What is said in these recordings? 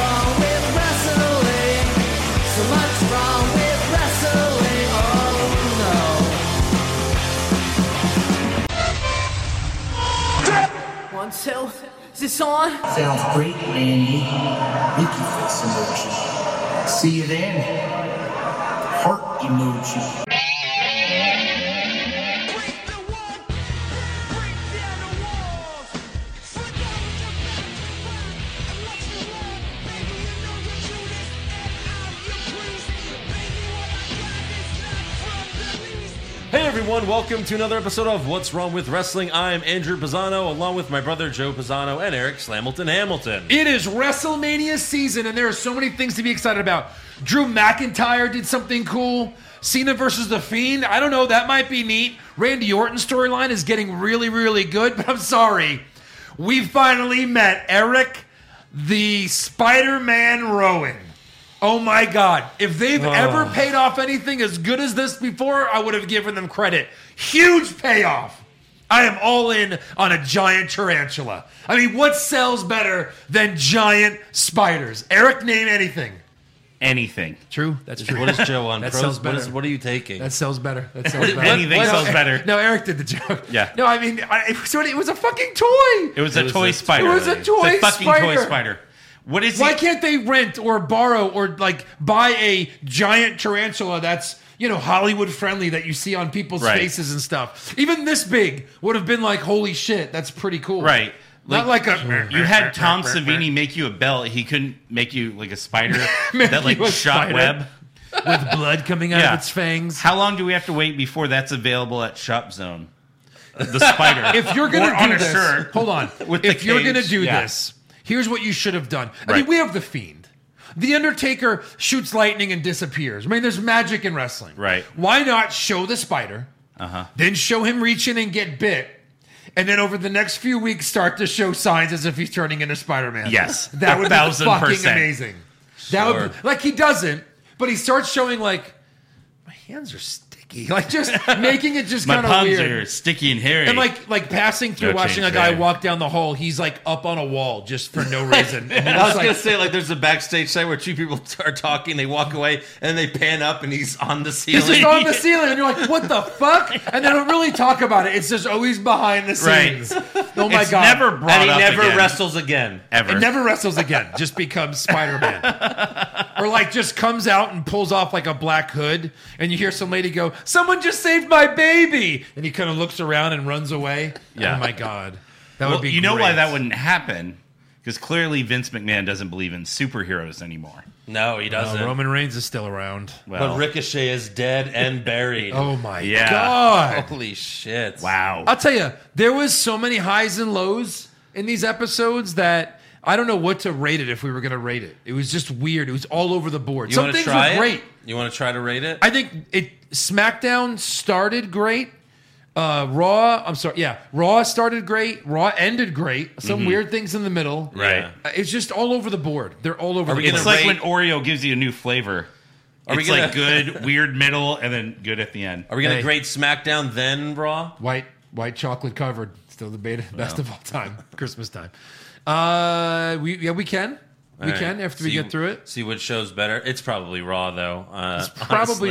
Oh, So, is this on? Sounds great, Randy. Mickey face emoji. See you then. Heart emoji. Hey everyone, welcome to another episode of What's Wrong with Wrestling. I'm Andrew Pisano, along with my brother Joe Pisano and Eric Slamilton Hamilton. It is WrestleMania season, and there are so many things to be excited about. Drew McIntyre did something cool. Cena versus The Fiend. I don't know, that might be neat. Randy Orton's storyline is getting really, really good, but I'm sorry. We finally met Eric the Spider Man Rowan. Oh my God. If they've ever paid off anything as good as this before, I would have given them credit. Huge payoff. I am all in on a giant tarantula. I mean, what sells better than giant spiders? Eric, name anything. anything. True. That's true. What is Joe on? That Pros- sounds what, is, better. what are you taking? That sells better. That sells better. Anything No, sells Eric- better. No, Eric did the joke. Yeah. No, I mean, I, it, was, it was a fucking toy. It was a toy spider. it was a It's toy fucking spider. toy spider. What is Why he? can't they rent or borrow or like buy a giant tarantula that's you know Hollywood friendly that you see on people's Right. faces and stuff? Even this big would have been like, holy shit, that's pretty cool, Right. Not like a You had Tom Savini make you a belt. He couldn't make you like a spider that like you a shot spider. web. with blood coming out Yeah. of its fangs. How long do we have to wait before that's available at Shop Zone? The spider. if you're Or gonna on do a this, shirt. hold on. With if the you're cage, gonna do yeah. this, here's what you should have done. I Right. mean, we have the fiend. The Undertaker shoots lightning and disappears. I mean, there's magic in wrestling. Right. Why not show the spider? Uh-huh. Then show him reach in and get bit. And then over the next few weeks, start to show signs as if he's turning into Spider-Man. Yes. that would be Thousand fucking percent. amazing. That would be, like he doesn't, but he starts showing like my hands are sticky, like just making it just My kind of palms weird. are sticky and hairy. And like like passing through, No watching a change guy there. walk down the hall, he's like up on a wall just for no reason. And I was it's like- gonna say like there's a backstage site where two people are talking, they walk away, and they pan up, and he's on the ceiling. It's just on the ceiling, and you're like, "What the fuck?" And they don't really talk about it. It's just always behind the Right. scenes. Oh my it's god! never brought and he up never again, wrestles again. ever. It never wrestles again. Just becomes Spider Man, or like just comes out and pulls off like a black hood, and you hear some lady go, "Someone just saved my baby," and he kind of looks around and runs away. Yeah. Oh my god, that Well, would be. you know why great. that wouldn't happen? Because clearly Vince McMahon doesn't believe in superheroes anymore. No, he Uh, doesn't. Roman Reigns is still around. Well, but Ricochet is dead and buried. Oh my Yeah. god! Holy shit! wow. I'll tell you, there was so many highs and lows in these episodes that I don't know what to rate it if we were going to rate it. It was just weird. It was all over the board. You Some want to things try were it? great. You want to try to rate it? I think it SmackDown started great. Uh, Raw, I'm sorry, yeah, Raw started great. Raw ended great. Some Mm-hmm. weird things in the middle. Right. Uh, It's just all over the board. They're all over. Are the we gonna board. It's like rate- when Oreo gives you a new flavor. Are we it's gonna- like good, weird middle, and then good at the end. Are we gonna Hey. grade SmackDown then Raw? White white chocolate covered. Still the beta, best of all time. Christmas time. Uh, we yeah we can we All right. can after we See- get through it. See what shows better. It's probably Raw though. Uh, It's probably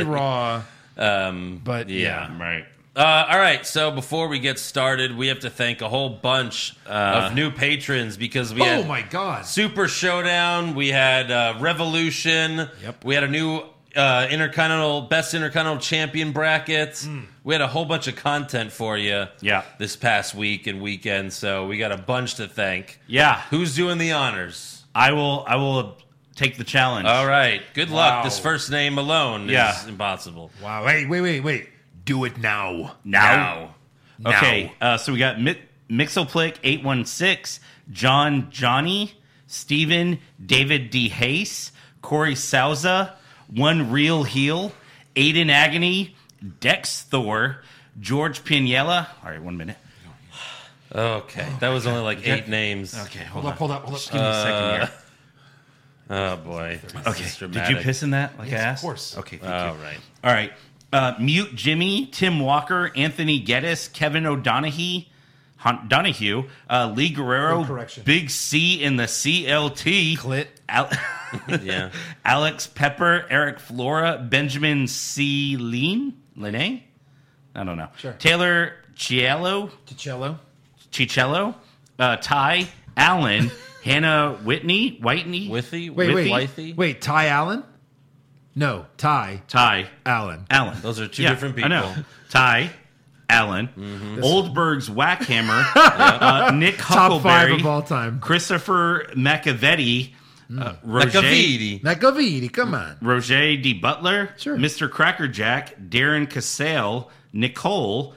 honestly. raw, Um, but yeah. yeah. Right. Uh, all right. So before we get started, we have to thank a whole bunch uh, of new patrons because we Oh had my god! Super Showdown. We had uh, Revolution. Yep. We had a new uh, Intercontinental Best Intercontinental Champion brackets. Hmm. We had a whole bunch of content for you. Yeah. This past week and weekend, so we got a bunch to thank. Yeah. Who's doing the honors? I will. I will take the challenge. All right. Good Wow. luck. This first name alone Yeah. is impossible. Wow! Hey, wait, wait, wait! Do it now! Now. Now. Okay. Uh, so we got Mi- Mixoplick eight one six, John Johnny, Steven, David D Hayes, Corey Souza, One Real Heel, Aiden Agony, Dex Thor, George Piniella. All right, one minute. Okay. that was only like eight names. Okay, Hold up! Hold up! Hold up! Give me a second Uh, here. Oh, boy. This is Okay. Did you dramatic. piss in that? Like Yes, I of asked? course. Okay. Thank All you. right. All right. Uh, Mute Jimmy, Tim Walker, Anthony Geddes, Kevin O'Donohue, Hon- Donahue, uh, Lee Guerrero, Good correction. Big C in the CLT, Clit. Al- Yeah. Alex Pepper, Eric Flora, Benjamin C. Lean, Lene? I don't know. Sure. Taylor Cielo, Ticello. Chichello, uh, Ty Allen, Hannah Whitney, Whitney, Withy? Wait, wait, Withy? wait. Ty Allen? No, Ty Ty Allen. Allen. Those are two different I know. people. Mm-hmm. Ty Allen, Oldberg's Whack Hammer, uh, Nick Top five Huckleberry, of all time. Christopher Macavetti, Mm. uh, Roger, Macavidi. Nakavidi, come on. Roger D. Butler, Sure. Mr. Crackerjack, Darren Cassell, Nicole,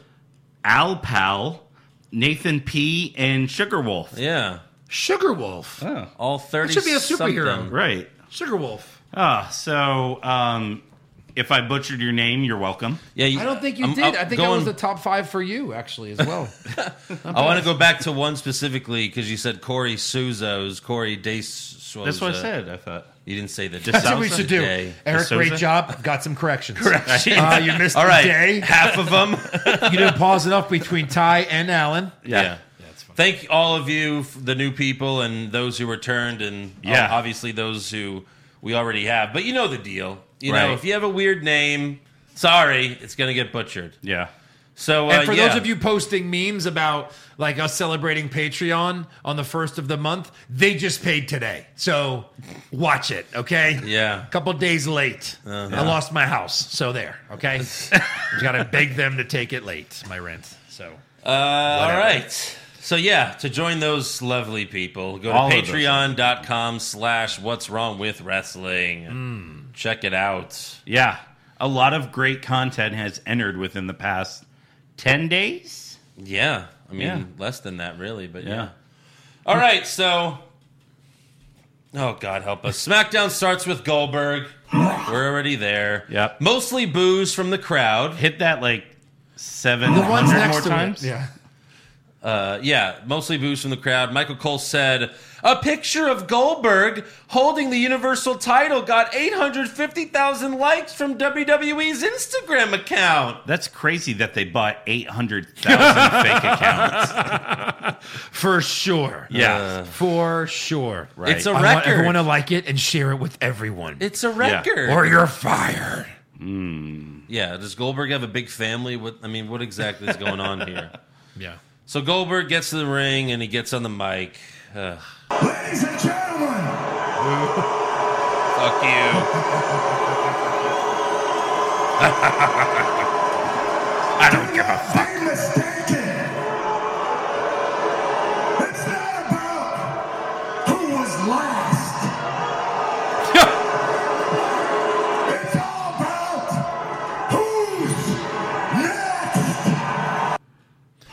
Al Powell, Nathan P., and Sugar Wolf. Yeah. Sugar Wolf. Oh, All 30 should be a superhero. something. right. Sugar Wolf. Ah, so um, if I butchered your name, you're welcome. Yeah, you, I don't think you I'm- did. I'm I think I going- was the top five for you, actually, as well. I want to go back to one specifically because you said Corey Suzo's Corey Dace. That's what I said. I thought. You didn't say the That's what we should do. Day. Eric, D'Souza? great job. Got some corrections. Uh, you missed All the right, day. half of them. You didn't pause enough between Ty and Allen. yeah. Thank all of you, f- the new people, and those who returned, and uh, Yeah. obviously those who we already have. But you know the deal. You know, Right. if you have a weird name, sorry, it's going to get butchered. Yeah. So, uh, And for yeah. those of you posting memes about like us celebrating Patreon on the first of the month, they just paid today. So watch it, okay? Yeah. Uh-huh. A couple days late. I lost my house. So there, okay? Got to beg them to take it late, my rent. So Uh, all Whatever. right. So yeah, to join those lovely people, go All to of those. patreon.com slash what's wrong with wrestling. Check it out. Yeah. A lot of great content has entered within the past 10 days. Yeah. I mean Yeah. less than that really, but yeah. All right, so Oh God help us. SmackDown starts with Goldberg. We're already there. Yep. Mostly boos from the crowd. Hit that like seven the ones more next to times. it. Yeah. Uh, yeah, mostly boos from the crowd. Michael Cole said, "A picture of Goldberg holding the Universal title got 850,000 likes from WWE's Instagram account." That's crazy that they bought 800,000 fake accounts. For sure. Yeah. Uh, For sure. Right. It's a I want record. everyone to like it and share it with everyone. it's a record. or you're fired. Yeah, does Goldberg have a big family? What I mean, what exactly is going on here? Yeah. So Goldberg gets to the ring and he gets on the mic. Uh, Ugh, Ladies and gentlemen, fuck you. I don't give a fuck. be mistaken. It's not about who was last. It's all about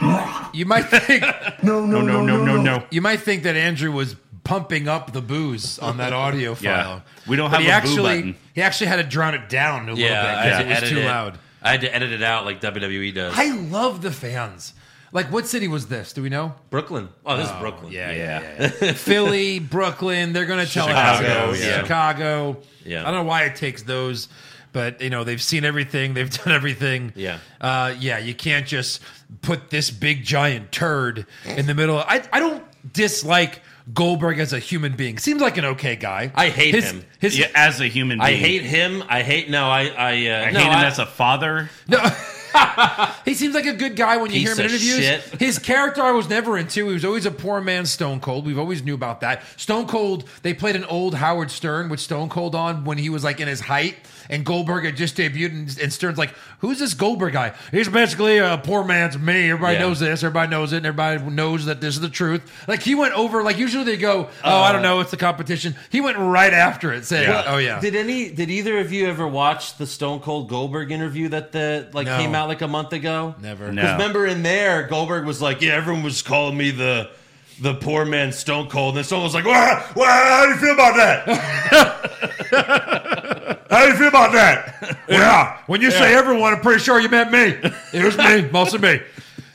who's next. You might think No, no, No, no, no, no. you might think that Andrew was pumping up the booze on that audio Yeah. file. We don't But have he a boo actually, button. He actually had to drown it down a little Yeah, I bit had to because it was edit too loud. I had to edit it out like WWE does. I love the fans. Like, what city was this? Do we know? Brooklyn. Oh, this is Brooklyn. Yeah. Philly, Brooklyn. They're going to tell Chicago, us. yeah. Chicago. Yeah. I don't know why it takes those, but you know they've seen everything. They've done everything. Yeah. Uh, yeah. You can't just put this big giant turd in the middle. I I don't dislike Goldberg as a human being. Seems like an okay guy. I hate His- him. His Yeah, As a human being. I hate him. I hate. No, I. I, uh, I no, hate him I- as a father. He seems like a good guy when you hear him in Piece of interviews. shit. His character I was never into. He was always a poor man Stone Cold. We've always knew about that. Stone Cold, they played an old Howard Stern with Stone Cold on when he was like in his height, and Goldberg had just debuted, and, and Stern's like, Who's this Goldberg guy? He's basically a poor man's me. Everybody Yeah. knows this, everybody knows it, and everybody knows that this is the truth. Like he went over, like usually they go, Oh, I Uh. don't know, it's the competition. He went right after it, saying, Yeah. Oh yeah. Did any? Did either of you ever watch the Stone Cold Goldberg interview that the like No. came out like a month ago? Never. No. Because remember in there, Goldberg was like, "Yeah, everyone was calling me the the poor man Stone Cold," and Stone was like, "Wah, wah, how do you feel about that?" How do you feel about that? yeah. When you say everyone, I'm pretty sure you meant me. It was me, mostly me.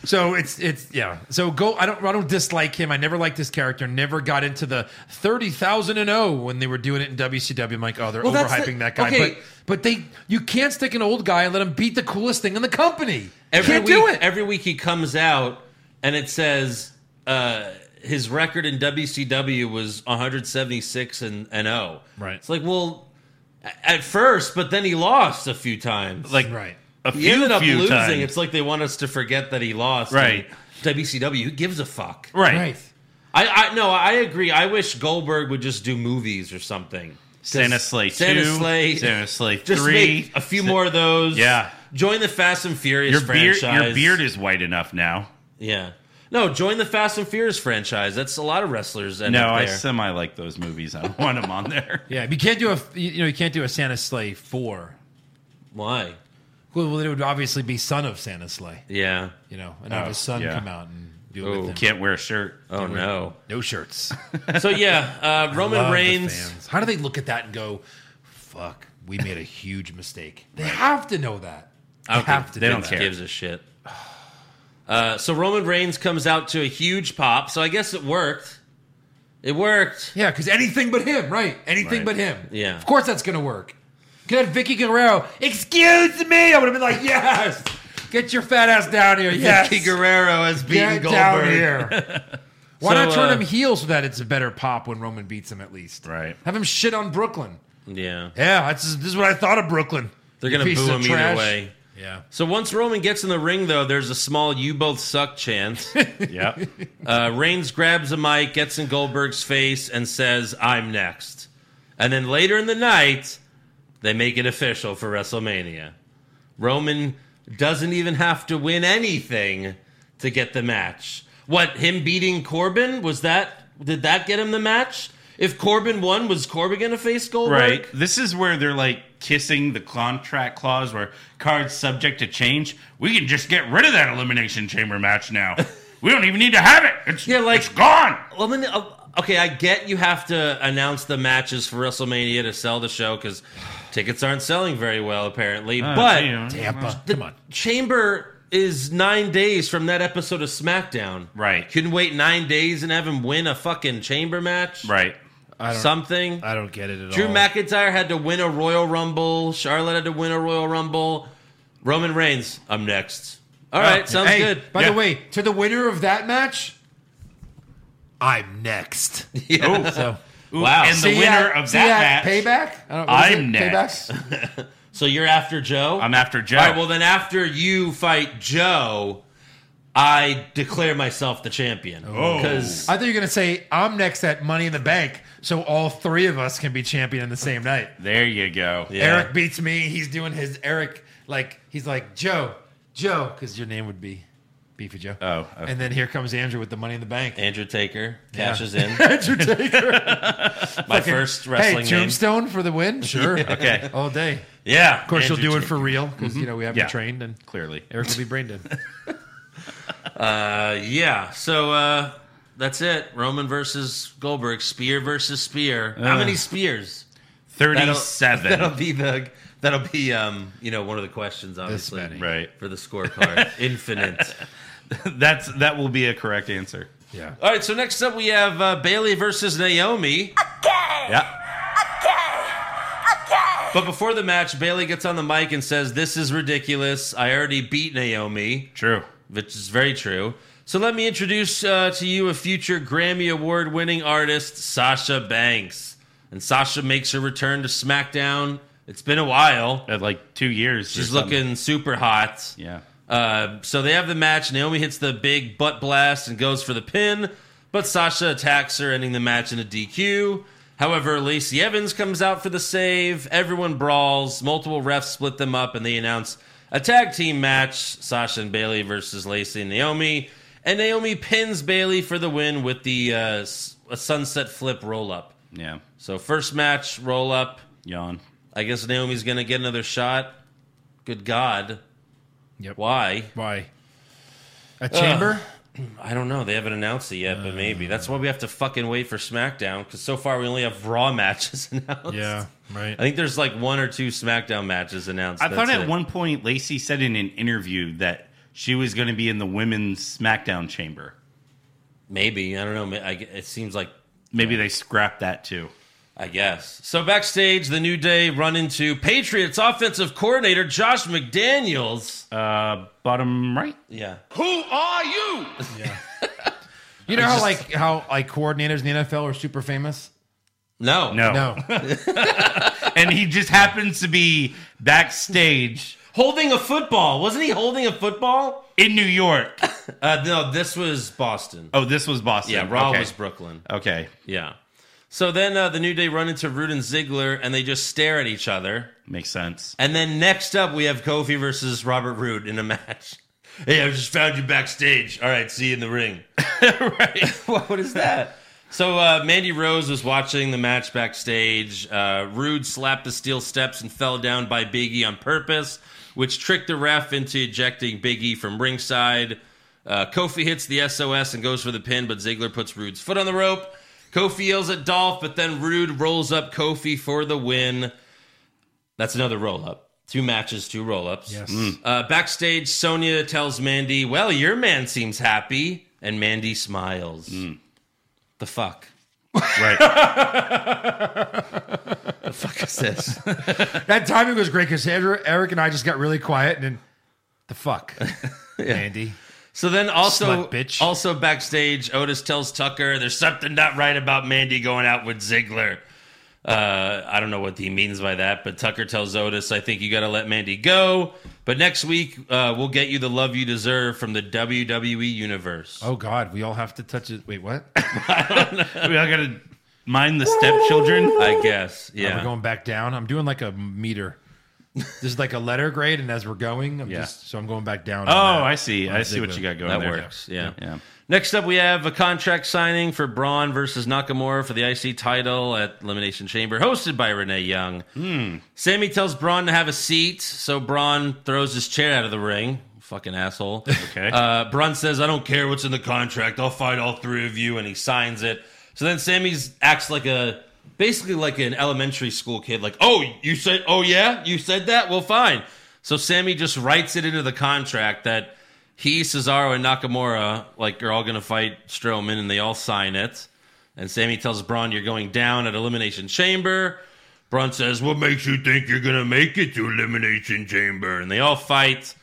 So it's it's yeah. So go. I don't I don't dislike him. I never liked this character. Never got into the thirty thousand and oh when they were doing it in WCW. I'm like, oh, they're Well, that's overhyping the- that guy. okay. But but they you can't stick an old guy and let him beat the coolest thing in the company. Every can't week, do it. Every week he comes out and it says uh, his record in WCW was 176 and and 0. Right. It's like, well, a- at first, but then he lost a few times. Like, right. a He few, ended up few losing. times. It's like they want us to forget that he lost. Right. And WCW, who gives a fuck? right. Right. I, I no, I agree. I wish Goldberg would just do movies or something. Santa Slay 2. Santa Slay. Santa Slay 3. Just make a few more of those. Yeah. Join the Fast and Furious your beard, franchise. your beard is white enough now. yeah. No, join the Fast and Furious franchise. That's a lot of wrestlers. End No, up I there. semi like those movies. I don't want them on there. Yeah, but you can't do a you know you can't do a Santa Slay four. Why? Well, well, it would obviously be son of Santa Slay. Yeah. You know, and have his son yeah. come out and do it Oh, with him. Can't wear a shirt. Oh no. No shirts. So yeah, uh, Love Roman the Reigns. fans. How do they look at that and go, "Fuck, we made a huge mistake"? They have to know that. I They don't have think to. they know don't that. care. Gives a shit. Uh, so Roman Reigns comes out to a huge pop. So I guess it worked. It worked. Yeah, because anything but him, right? Anything Right. but him. Yeah. Of course that's gonna work. Could have Vicky Guerrero. Excuse me. I would have been like, yes. Get your fat ass down here. Yes. Vicky Guerrero has beaten Get Goldberg. down here. Why So, not turn uh, him heel so that it's a better pop when Roman beats him at least? Right. Have him shit on Brooklyn. Yeah, Yeah, that's, this is what I thought of Brooklyn. they're You gonna piece boo of him either trash. way. Yeah. So once Roman gets in the ring, though, there's a small "you both suck" chance. Yep. Uh, Reigns grabs a mic, gets in Goldberg's face, and says, "I'm next." And then later in the night, they make it official for WrestleMania. Roman doesn't even have to win anything to get the match. What him beating Corbin was that? Did that get him the match? If Corbin won, was Corbin gonna face Goldberg? Right. This is where they're like kissing the contract clause where cards subject to change. We can just get rid of that elimination chamber match now. we don't even need to have it. It's Yeah, like- it's gone. Well, then, uh, okay, I get you have to announce the matches for WrestleMania to sell the show because tickets aren't selling very well, apparently. but Ah, Damn. Tampa. the Come on. Chamber is nine days from that episode of SmackDown. Right. Couldn't wait nine days and have him win a fucking Chamber match. Right. I don't, Something. I don't get it at Drew all. McIntyre had to win a Royal Rumble. Charlotte had to win a Royal Rumble. Roman Reigns, I'm next. All right, sounds Oh, Hey, good. By Yeah. the way, to the winner of that match, I'm next. Oh. So, Wow. And the See winner ya- of see that ya, match. payback. I don't, what is I'm it? next. Payback? So you're after Joe? I'm after Joe. All right, well, then after you fight Joe, I declare myself the champion. Oh. Because I thought you were gonna say I'm next at Money in the Bank, so all three of us can be champion in the same night. there you go. Yeah. Eric beats me. He's doing his Eric like he's like Joe, Joe, because your name would be Beefy Joe. Oh, okay. and then here comes Andrew with the Money in the Bank. Andrew Taker cashes in Andrew Taker. my first hey, wrestling name. Tombstone for the win. Sure. Okay. All day. Yeah. Of course, Andrew she'll do it Mm-hmm. Tate. for real because you know we haven't Yeah. trained, and Clearly. Eric will be brain dead. Uh, yeah. So uh, that's it. Roman versus Goldberg. Spear versus spear. How many spears? 37. Ah. That'll be the. That'll be um, you know one of the questions obviously many. Right. for the scorecard. Infinite. That's that will be a correct answer. yeah. All right. So next up we have uh, Bailey versus Naomi. Yeah. But before the match, Bailey gets on the mic and says, "This is ridiculous. I already beat Naomi." True. which is very true. So let me introduce uh, to you a future Grammy Award winning artist, Sasha Banks. And Sasha makes her return to SmackDown. It's been a while. At like 2 years. or She's something. looking super hot. Yeah. Uh, so they have the match. Naomi hits the big butt blast and goes for the pin, but Sasha attacks her, ending the match in a DQ. However, Lacey Evans comes out for the save. Everyone brawls. Multiple refs split them up, and they announce a tag team match: Sasha and Bailey versus Lacey and Naomi. And Naomi pins Bailey for the win with the uh, s- a sunset flip roll up. Yeah. So first match roll up. Yawn. I guess Naomi's gonna get another shot. Good God, Yep. why? Why? A chamber? I don't know. They haven't announced it yet, but maybe that's why we have to fucking wait for SmackDown because so far we only have Raw matches announced. yeah. Right. I think there's like one or two SmackDown matches announced. I thought That's at it. one point Lacey said in an interview that she was going to be in the women's SmackDown chamber. maybe I don't know. ma- I, gue- it seems like Maybe they scrapped that too. I guess. So backstage, the New Day run into Patriots offensive coordinator Josh McDaniels. Uh, bottom right. yeah, You know how like how like coordinators in the NFL are super famous? no, No. No. and he just happens to be backstage. holding a football. Wasn't he holding a football? in New York. Uh, no, this was Boston. Oh, this was Boston. yeah, Raw okay. was Brooklyn. Okay, Yeah. So then uh, the New Day run into Rude and Ziggler, and they just stare at each other. makes sense. And then next up, we have Kofi versus Robert Roode in a match. Hey, I just found you backstage. All right, see you in the ring. right. what is that? So uh, Mandy Rose was watching the match backstage. Uh, Rude slapped the steel steps and fell down by Biggie on purpose, which tricked the ref into ejecting Biggie from ringside. Uh, Kofi hits the SOS and goes for the pin, but Ziggler puts Rude's foot on the rope. Kofi yells at Dolph, but then Rude rolls up Kofi for the win. That's another roll up. Two matches, two roll ups. Yes. Uh, backstage, Sonia tells Mandy, Well, your man seems happy. And Mandy smiles. The fuck? Right. Fuck is this? That timing was great because Eric and I just got really quiet and then the fuck, Andy. so then also, Slut bitch. also backstage, Otis tells Tucker, There's something not right about Mandy going out with Ziggler. Uh, I don't know what he means by that, but Tucker tells Otis, I think you got to let Mandy go. But next week, uh, we'll get you the love you deserve from the WWE Universe. Oh God, we all have to touch it. Wait, what? we all gotta mind the stepchildren. Oh, I guess. Yeah. We're going back down. I'm doing like a meter. This is like a letter grade, and as we're going, I'm Yeah. just so I'm going back down. Oh, I see. I see what you got going That there. works. Yeah. Yeah. Next up, we have a contract signing for Braun versus Nakamura for the IC title at Elimination Chamber, hosted by Renee Young. Sammy tells Braun to have a seat, so Braun throws his chair out of the ring. Fucking asshole. Okay. Uh, Braun says, I don't care what's in the contract. I'll fight all three of you. And he signs it. So then Sammy's acts like a basically like an elementary school kid, like, oh, you said, oh, yeah, you said that? Well, fine. So Sammy just writes it into the contract that he, Cesaro, and Nakamura like are all going to fight Strowman, and they all sign it. And Sammy tells Braun, "You're going down at Elimination Chamber." Braun says, "What makes you think you're going to make it to Elimination Chamber?" And they all fight.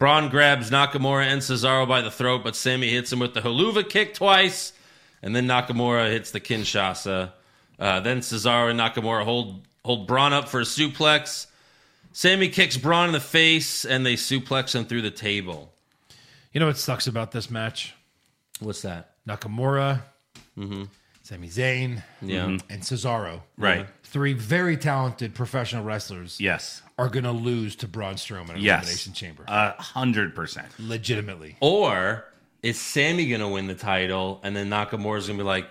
Braun grabs Nakamura and Cesaro by the throat, but Sammy hits him with the haluva kick twice, and then Nakamura hits the Kinshasa. Uh, then Cesaro and Nakamura hold hold Braun up for a suplex. Sammy kicks Braun in the face, and they suplex him through the table. You know what sucks about this match? What's that? Nakamura, Sami Zayn, Yeah. and Cesaro. Right. Three very talented professional wrestlers Yes. are going to lose to Braun Strowman in Yes. Elimination Chamber. A hundred percent. Legitimately. Or is Sammy going to win the title and then Nakamura's going to be like,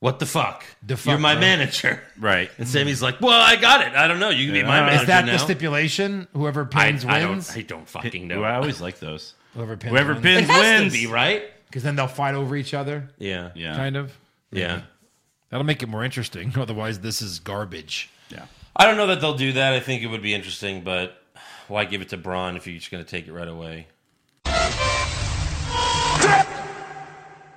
what the fuck? The fuck, You're my right? manager. Right. And Sammy's like, well, I got it. I don't know. You can be my Yeah. manager Is that now. the stipulation? Whoever pins I, I wins? don't, I don't fucking know. Ooh, I always like those. whoever pins Whoever wins. it pins has wins. to be, right? Because then they'll fight over each other, Yeah. Yeah. kind of. Yeah. That'll make it more interesting. Otherwise, this is garbage. Yeah. I don't know that they'll do that. I think it would be interesting, but why give it to Braun if you're just going to take it right away?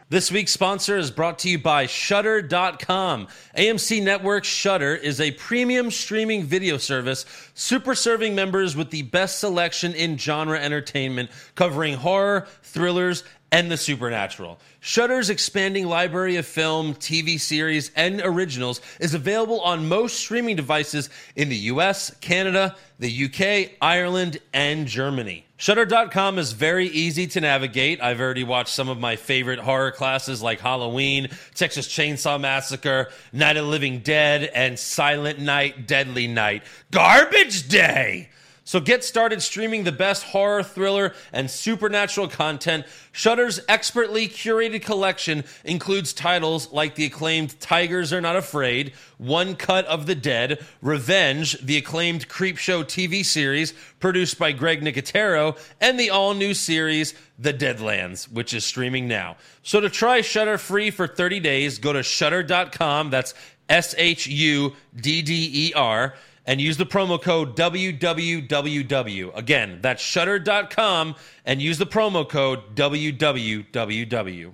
This week's sponsor is brought to you by Shudder.com. AMC Network Shudder is a premium streaming video service, super serving members with the best selection in genre entertainment, covering horror, thrillers, and the supernatural. Shudder's expanding library of film, TV series, and originals is available on most streaming devices in the US, Canada, the UK, Ireland, and Germany. Shutter.com is very easy to navigate. I've already watched some of my favorite horror classes like Halloween, Texas Chainsaw Massacre, Night of the Living Dead, and Silent Night, Deadly Night. Garbage Day! So get started streaming the best horror, thriller, and supernatural content. Shudder's expertly curated collection includes titles like the acclaimed Tigers Are Not Afraid, One Cut of the Dead, Revenge, the acclaimed Creepshow TV series produced by Greg Nicotero, and the all-new series The Deadlands, which is streaming now. So to try Shudder free for 30 days, go to shudder.com. That's S H U D D E R and use the promo code WWWW. Again, that's shutter.com and use the promo code WWWW.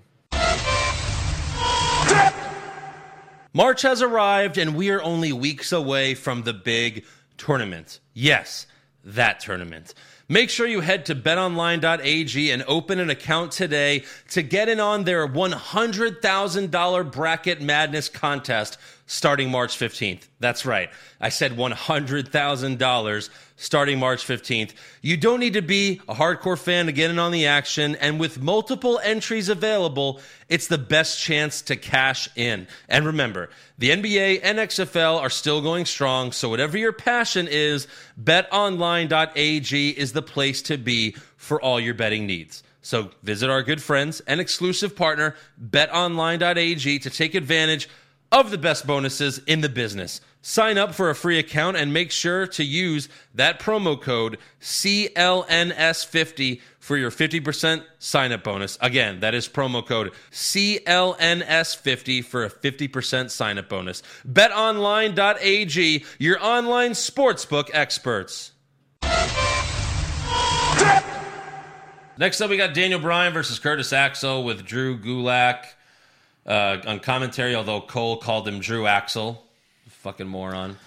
March has arrived and we are only weeks away from the big tournament. Yes, that tournament. Make sure you head to betonline.ag and open an account today to get in on their $100,000 bracket madness contest starting March 15th. That's right. I said $100,000 starting March 15th. You don't need to be a hardcore fan to get in on the action, and with multiple entries available, it's the best chance to cash in. And remember, the NBA and XFL are still going strong, so whatever your passion is, betonline.ag is the place to be for all your betting needs. So visit our good friends and exclusive partner, betonline.ag, to take advantage of the best bonuses in the business. Sign up for a free account and make sure to use that promo code CLNS50 for your 50% sign up bonus. Again, that is promo code CLNS50 for a 50% sign up bonus. BetOnline.ag, your online sportsbook experts. Next up, we got Daniel Bryan versus Curtis Axel with Drew Gulak uh, on commentary, although Cole called him Drew Axel. Fucking moron.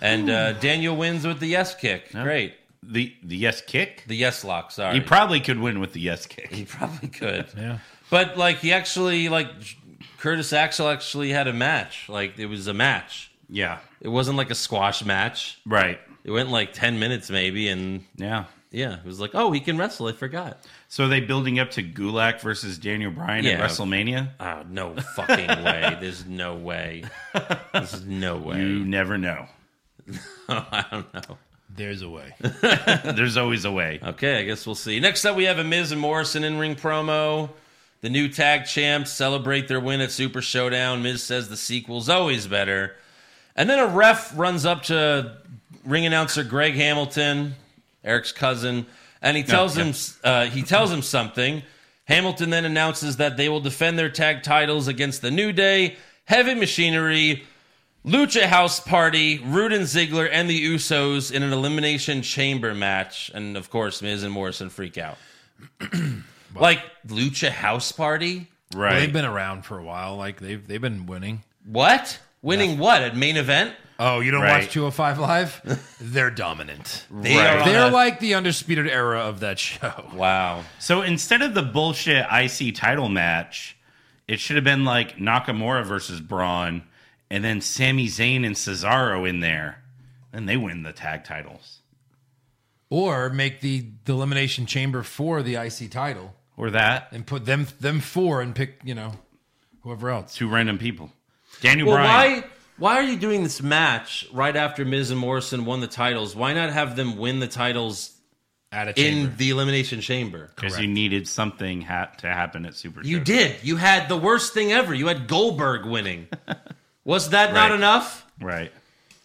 And uh, Daniel wins with the yes kick. Great. The the yes kick. The yes lock, sorry. He probably could win with the yes kick. He probably could. Yeah. But, like, he actually, like, Curtis Axel actually had a match. Like, it was a match. Yeah. It wasn't like a squash match. Right. It went like 10 minutes, maybe. And Yeah. yeah, it was like, oh, he can wrestle. I forgot. So are they building up to Gulak versus Daniel Bryan at Yeah. WrestleMania? Oh, no fucking way. There's no way. There's no way. You never know. I don't know. There's a way. There's always a way. Okay, I guess we'll see. Next up, we have a Miz and Morrison in ring promo. The new tag champs celebrate their win at Super Showdown. Miz says the sequel's always better. And then a ref runs up to ring announcer Greg Hamilton, Eric's cousin, and he tells him uh, he tells him something. Hamilton then announces that they will defend their tag titles against the New Day, Heavy Machinery, Lucha House Party, Rude and Ziggler, and the Usos in an elimination chamber match, and of course Miz and Morrison freak out. like Lucha House Party, Right. They've been around for a while. Like they've they've been winning. what? Winning what at main event? Oh, you don't Right. watch 205 Live? They're dominant. They Right. are on They're a- like the undisputed era of that show. wow. so instead of the bullshit IC title match, it should have been like Nakamura versus Braun and then Sami Zayn and Cesaro in there. And they win the tag titles. Or make the, the elimination chamber for the IC title Or that. and put them them four and pick, you know, whoever else. Two random people. Daniel Well, Bryan. why why are you doing this match right after Miz and Morrison won the titles? Why not have them win the titles At a chamber. in the Elimination Chamber? Because you needed something ha- to happen at Super You Show. did. You had the worst thing ever. You had Goldberg winning. Was that not Right. enough? Right.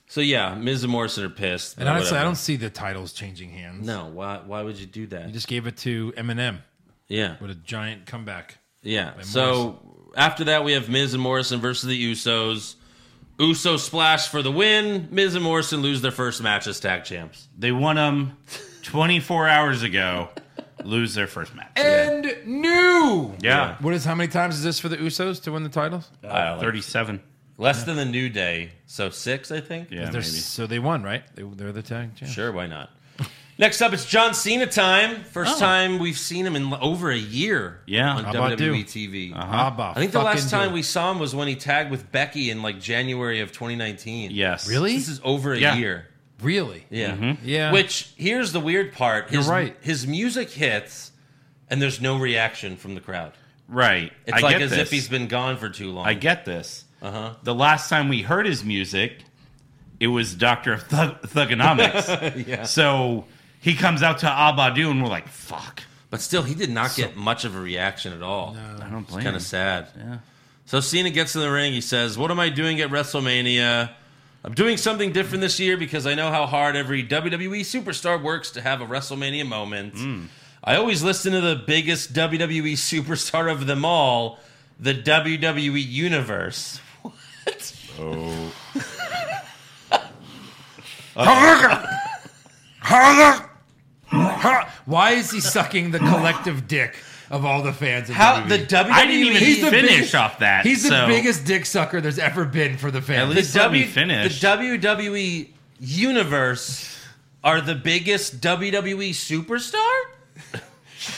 So yeah, Miz and Morrison are pissed. and but honestly, I whatever. don't see the titles changing hands. No, why? Why would you do that? I just gave it to Eminem yeah, with a giant comeback. yeah. So after that, we have Miz and Morrison versus the Usos. Uso splash for the win. Miz and Morrison lose their first match as tag champs. They won them 24 hours ago, lose their first match. And new. yeah. What is how many times is this for the Usos to win the titles? Uh, like 37. less than the New Day, so six, I think. Yeah, They're- maybe. so they won, right? They, they're the tag champs. Sure, why not? Next up, it's John Cena time. First time we've seen him in l- over a year. Yeah. Uh-huh. on How Oh. about WWE do? TV. Abba, Uh-huh. I think the last Ah, fucking do time it. we saw him was when he tagged with Becky in like January of 2019. Yes. really, Mm-hmm. this is over a Yeah. year. really, Yeah. yeah. Which here's the weird part. His, You're right. His music hits, and there's no reaction from the crowd. Right. It's I like get as this. if he's been gone for too long. I get this. Uh-huh. The last time we heard his music, it was Doctor of Thug- Thugonomics. Yeah. So he comes out to Abadu, and we're like, "Fuck!" But still, he did not get much of a reaction at all. I don't blame Kind him. of sad. Yeah. So Cena gets in the ring. He says, "What am I doing at WrestleMania? I'm doing something different this year because I know how hard every WWE superstar works to have a WrestleMania moment. Hmm. I always listen to the biggest WWE superstar of them all, the WWE Universe." What? Why is he sucking the collective dick of all the fans? Of E? How WWE? the E WWE? E. I didn't even He's the finish biggest- off that. He's the so- biggest dick sucker there's ever been for the fans. At least let me finish. The WWE Universe are the biggest WWE superstar?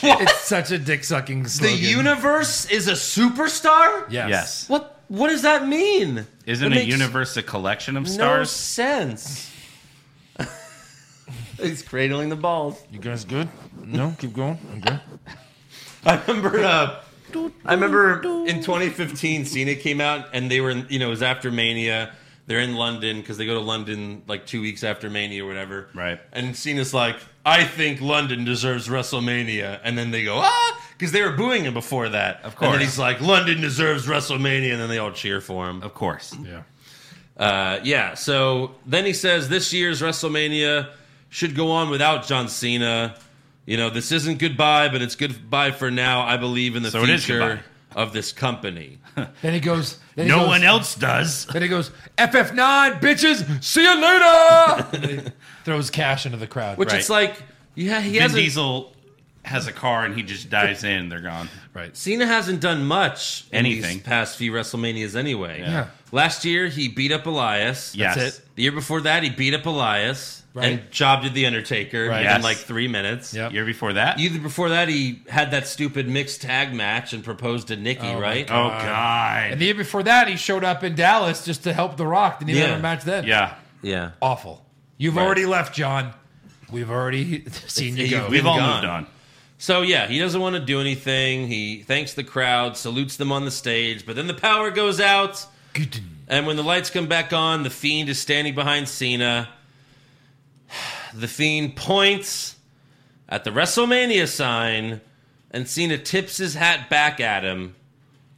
it's such a dick sucking The slogan. universe is a superstar? Yes. yes. What what does that mean? Isn't That a makes universe a collection of no stars? sense. He's cradling the balls. You guys good? No, keep going. Okay. I remember. Uh, I remember in 2015, Cena came out, and they were, in, you know, it was after Mania. They're in London because they go to London like two weeks after Mania or whatever. Right. And Cena's like, I think London deserves WrestleMania, and then they go ah because they were booing him before that. Of And course. then he's like, London deserves WrestleMania, and then they all cheer for him. Of course. Yeah. Uh, yeah. So then he says this year's WrestleMania should go on without John Cena. You know, this isn't goodbye, but it's goodbye for now. I believe in the So it is future goodbye. of this company. Then he goes. Then he No goes- one else does. Then he goes, FF9, bitches, see you later. And then he throws cash into the crowd. Which Right. it's like, yeah, he Vin hasn't. Diesel has a car and he just dives in and they're gone. right. Cena hasn't done much in these Anything. past few WrestleManias anyway. Yeah. Last year he beat up Elias. Yes. it. The year before that he beat up Elias and Right. jobbed at the Undertaker Right. in Yes. like three minutes. Yep. Year before that? Either before that he had that stupid mixed tag match and proposed to Nikki, my right? oh, God. And the year before that, he showed up in Dallas just to help The Rock. Didn't even Yeah. have a match then. yeah. Yeah. Awful. You've Right. already left, John. We've already seen you Yeah, go. We've Been all gone. moved on. So yeah, he doesn't want to do anything. He thanks the crowd, salutes them on the stage, but then the power goes out, and when the lights come back on, the fiend is standing behind Cena. The fiend points at the WrestleMania sign, and Cena tips his hat back at him.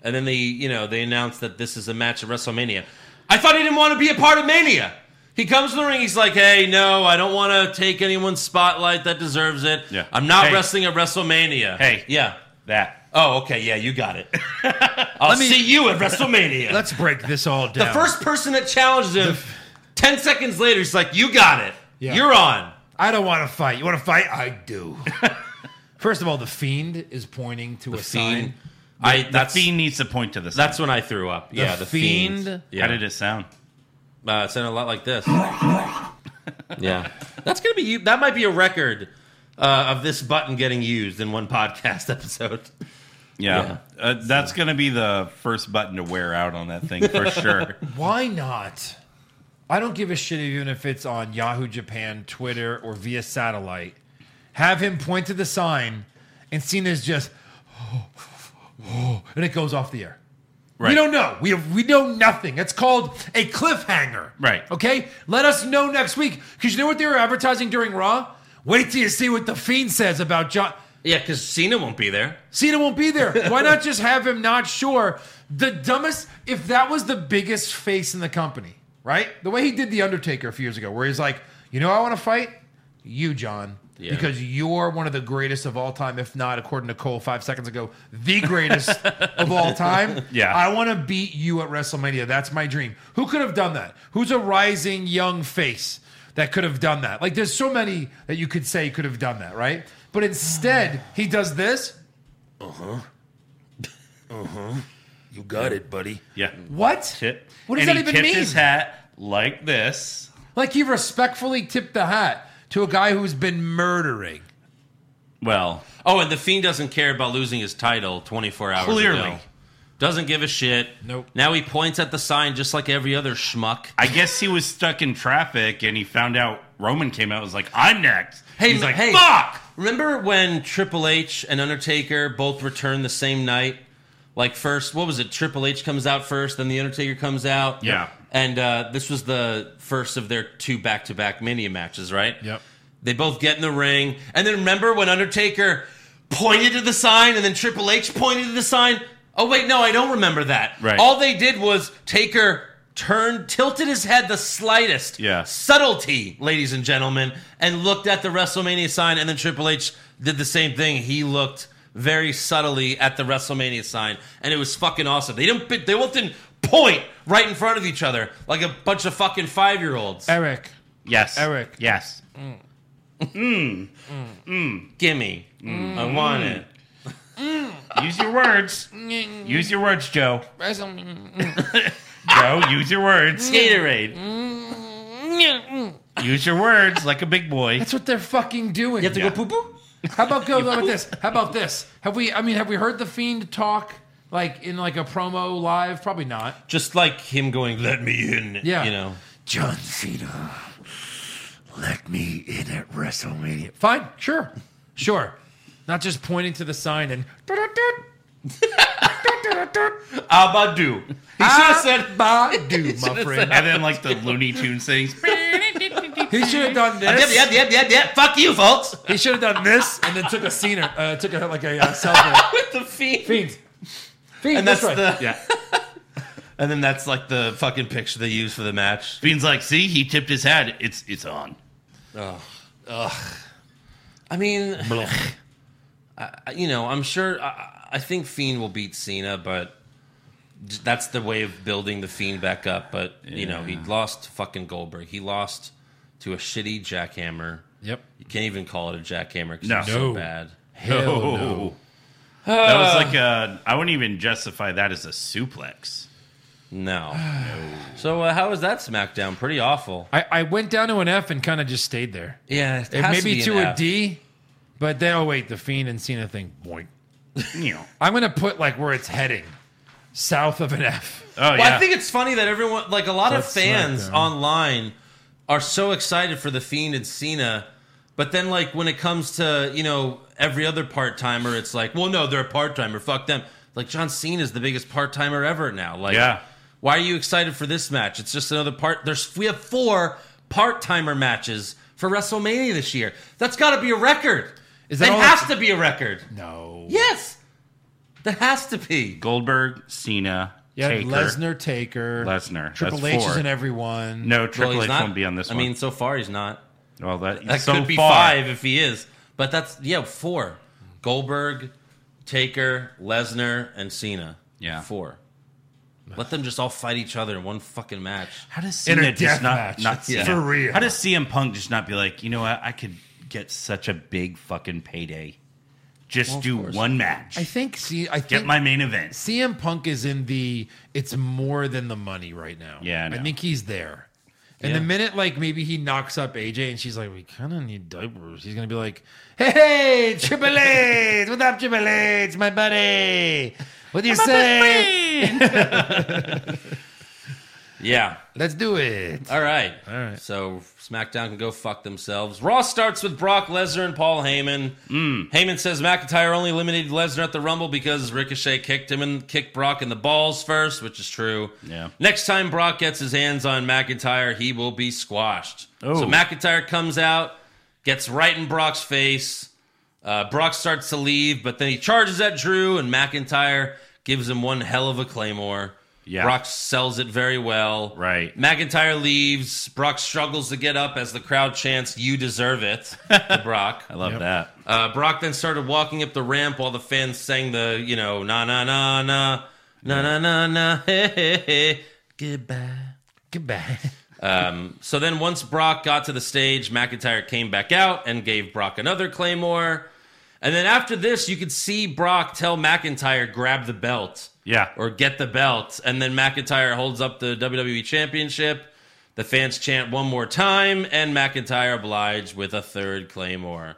And then they, you know, they announce that this is a match at WrestleMania. I thought he didn't want to be a part of Mania. He comes to the ring. He's like, "Hey, no, I don't want to take anyone's spotlight that deserves it. Yeah. I'm not Hey. wrestling at WrestleMania. Hey. yeah. That. Oh, okay. Yeah, you got it. I'll me- see you at WrestleMania. Let's break this all the down. first person that challenges him, ten seconds later, he's like, "You got it. Yeah. You're on." I don't want to fight. You want to fight? I do. first of all, the fiend is pointing to a Fiend. sign. I that's the fiend needs to point to this. that's when I threw up. yeah, the fiend. Fiend. Yeah, How did it sound? Uh, it sounded a lot like this. yeah, that's gonna be that might be a record uh, of this button getting used in one podcast episode. Yeah. Uh, that's going to be the first button to wear out on that thing for sure. Why not? I don't give a shit even if it's on Yahoo Japan, Twitter, or via satellite. Have him point to the sign, and Cena's just, and it goes off the air. Right. We don't know. We we know nothing. It's called a cliffhanger. Right. Okay. Let us know next week because you know what they were advertising during Raw. Wait till you see what the Fiend says about John. Yeah, because Cena won't be there. Cena won't be there. Why not just have him not sure? The dumbest, if that was the biggest face in the company, right? The way he did The Undertaker a few years ago, where he's like, you know, who I want to fight you, John, Yeah. because you're one of the greatest of all time, if not, according to Cole five seconds ago, the greatest of all time. Yeah. I want to beat you at WrestleMania. That's my dream. Who could have done that? Who's a rising young face that could have done that? Like, there's so many that you could say could have done that, right? But instead, he does this. You got it, buddy. Yeah. What? Tip. What does and that he even tipped mean? his hat like this. Like you respectfully tipped the hat to a guy who's been murdering. Well, Oh, and the Fiend doesn't care about losing his title 24 hours Clearly. ago. Doesn't give a shit. Nope. Now he points at the sign just like every other schmuck. I guess he was stuck in traffic and he found out Roman came out and was like, I'm next. He's ma- like, fuck! Remember when Triple H and Undertaker both returned the same night? Like first, what was it? Triple H comes out first, then the Undertaker comes out. Yeah. And uh, this was the first of their two back-to-back Mania matches, right? Yep. They both get in the ring, and then remember when Undertaker pointed to the sign, and then Triple H pointed to the sign. Oh wait, no, I don't remember that. Right. All they did was Taker turned, tilted his head the slightest, Yeah. subtlety, ladies and gentlemen, and looked at the WrestleMania sign, and then Triple H did the same thing. He looked very subtly at the WrestleMania sign, and it was fucking awesome. They didn't. They both didn't point right in front of each other like a bunch of fucking five year olds. Eric, Yes. Eric. Yes. Gimme, Mm. I want it. Use your words. use your words, Joe. Joe, use your words. Gatorade. Use your words like a big boy. that's what they're fucking doing. You have to Yeah. go poo poo. How about go about this? How about this? Have we I mean, have we heard the fiend talk like in like a promo live? Probably not. Just like him going, "Let me in." Yeah. you know. John Cena. Let me in at WrestleMania. Fine, sure, sure. Not just pointing to the sign and. Abadu. He should Ah, have said Badu, my friend. And then like the Looney Tunes things. He should have done Yep, this. yep, yep, yep, yep. Fuck you, folks. He should have done this and then took a scene, uh, took a, like a uh, selfie. With the feet. Fiend. Fiend, And that's right. the Yeah. and then that's like the fucking picture they use for the match. Fiend's like, see, he tipped his hat. It's it's on. I mean, I- you know, I'm sure. I, I think Fiend will beat Cena, but j- that's the way of building the Fiend back up. But you know, he lost to fucking Goldberg. He lost to a shitty jackhammer. Yep. You can't even call it a jackhammer because No. it's so No. bad. Hell Oh. no. That was like a. I wouldn't even justify that as a suplex. No. So uh, how was that SmackDown? Pretty awful. I, I went down to an F and kind of just stayed there. Yeah, it It has maybe to, to, be an a D, F. but then oh wait, the Fiend and Cena thing. Boink. You know. I'm gonna put like where it's heading, south of an F. Oh Well, yeah. uh, I think it's funny that everyone, like a lot of That's fans SmackDown. online, are so excited for the Fiend and Cena, but then like when it comes to you know every other part timer, it's like, well, no, they're a part timer. Fuck them. Like John Cena is the biggest part timer ever now. Like, Yeah. why are you excited for this match? It's just another part. There's we have four part timer matches for WrestleMania this year. That's got to be a record. Is that it all has that's- to be a record. No. Yes, that has to be. Goldberg, Cena, Yeah, Taker. Lesnar, Taker, Lesnar. Triple That's H is four. in everyone. No, Well, Triple he's H not- won't be on this I one. mean, so far he's not. well, that, That so could be far, five if he is. But that's yeah, four. Goldberg, Taker, Lesnar, and Cena. Yeah. Four. Let them just all fight each other in one fucking match. How does In a Cena death just not match. not Yeah. Cena? For real. How does CM Punk just not be like, you know what? I could get such a big fucking payday. Just do one match. I think. See, I get think my main event. CM Punk is in the. It's more than the money right now. Yeah, I know. think he's there. And the minute, like maybe he knocks up AJ, and she's like, "We kind of need diapers." He's gonna be like, "Hey, Triple H, what up, Triple H, my buddy? What do you say? Yeah. Let's do it." All right. All right. So SmackDown can go fuck themselves. Raw starts with Brock Lesnar and Paul Heyman. Hmm. Heyman says McIntyre only eliminated Lesnar at the Rumble because Ricochet kicked him and kicked Brock in the balls first, which is true. Yeah. Next time Brock gets his hands on McIntyre, he will be squashed. Oh. So McIntyre comes out, gets right in Brock's face. Uh, Brock starts to leave, but then he charges at Drew, and McIntyre gives him one hell of a claymore. Yeah. Brock sells it very well. Right. McIntyre leaves. Brock struggles to get up as the crowd chants, You deserve it, to Brock. I love that. Uh, Brock then started walking up the ramp while the fans sang the, you know, na na na na, na na na na, hey hey hey, goodbye. Goodbye. So then, once Brock got to the stage, McIntyre came back out and gave Brock another claymore. And then after this, you could see Brock tell McIntyre, grab the belt. Yeah. Or get the belt. And then McIntyre holds up the WWE Championship. The fans chant one more time, and McIntyre obliged with a third claymore.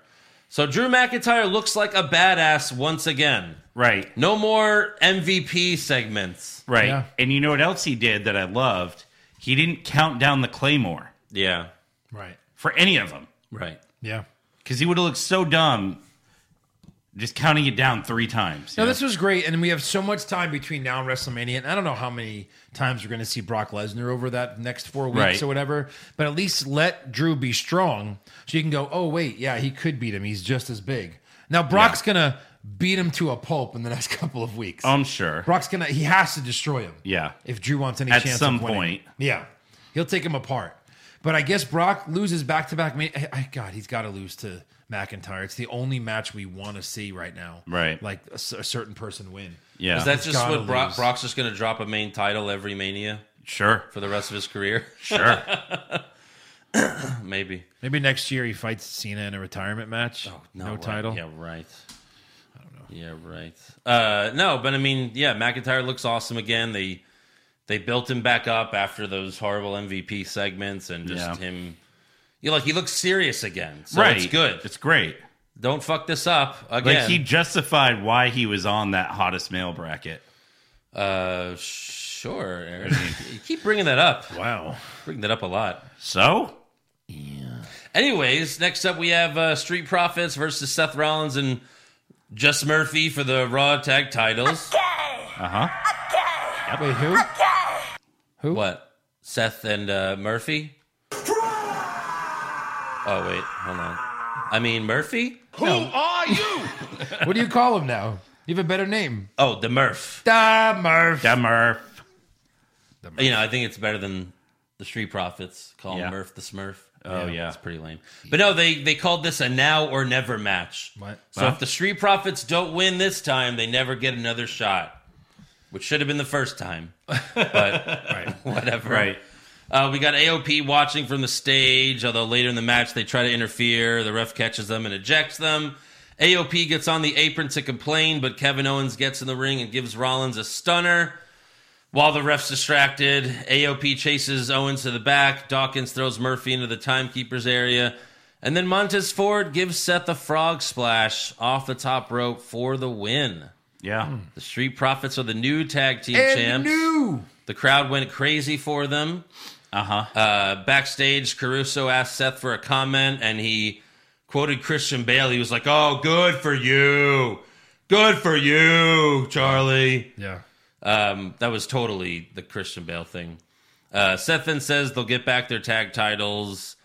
So Drew McIntyre looks like a badass once again. Right. No more MVP segments. Right. Yeah. And you know what else he did that I loved? He didn't count down the claymore Yeah. Right. for any of them Right. Yeah. because he would have looked so dumb just counting it down three times. No, you know? this was great, and we have so much time between now and WrestleMania, and I don't know how many times we're going to see Brock Lesnar over that next four weeks Right. or whatever. But at least let Drew be strong, so you can go. Oh wait, yeah, he could beat him. He's just as big. Now Brock's going to beat him to a pulp in the next couple of weeks. I'm Um, sure. Brock's going to. He has to destroy him. Yeah. If Drew wants any At chance some of winning. point. Yeah. He'll take him apart. But I guess Brock loses back to back. God, he's got to lose to McIntyre. It's the only match we want to see right now. Right. Like a, cer- a certain person win. Yeah. Is that just gotta what Brock, lose. Brock's just going to drop a main title every Mania? sure? for the rest of his career? Sure. Maybe. Maybe next year he fights Cena in a retirement match. no right. title. Oh, Yeah, right. Yeah, right. Uh, no, but I mean, yeah, McIntyre looks awesome again. They they built him back up after those horrible MVP segments and just Yeah. him. You know, like he looks serious again. So right. it's good. It's great. Don't fuck this up Like again. he justified why he was on that hottest male bracket. uh, sure. Aaron. you keep bringing that up. Wow. Bring that up a lot. So Anyways, next up we have uh, Street Profits versus Seth Rollins and Just Murphy for the Raw Tag Titles. Uh huh. Wait, who? What? Seth and uh, Murphy? Oh, wait. Hold on. I mean, Murphy? Who are you? what do you call him now? You have a better name. Oh, the Murph. Da Murph. That Murph. You know, I think it's better than the Street Profits. Call Yeah. him Murph the Smurf. Oh, yeah. It's pretty lame. But no, they, they called this a now or never match. What? So if the Street Profits don't win this time, they never get another shot, which should have been the first time. But whatever. Right. Uh, we got AOP watching from the stage, although later in the match they try to interfere. The ref catches them and ejects them. AOP gets on the apron to complain, but Kevin Owens gets in the ring and gives Rollins a stunner. While the ref's distracted, AOP chases Owens to the back. Dawkins throws Murphy into the timekeeper's area. And then Montez Ford gives Seth a frog splash off the top rope for the win. Yeah. The Street Profits are the new tag team And champs. new. The crowd went crazy for them. Uh huh. Uh, backstage, Caruso asked Seth for a comment, and he quoted Christian Bale. He was like, "Oh, good for you, good for you, Charlie." Yeah. Um, that was totally the Christian Bale thing. Uh, Seth then says they'll get back their tag titles,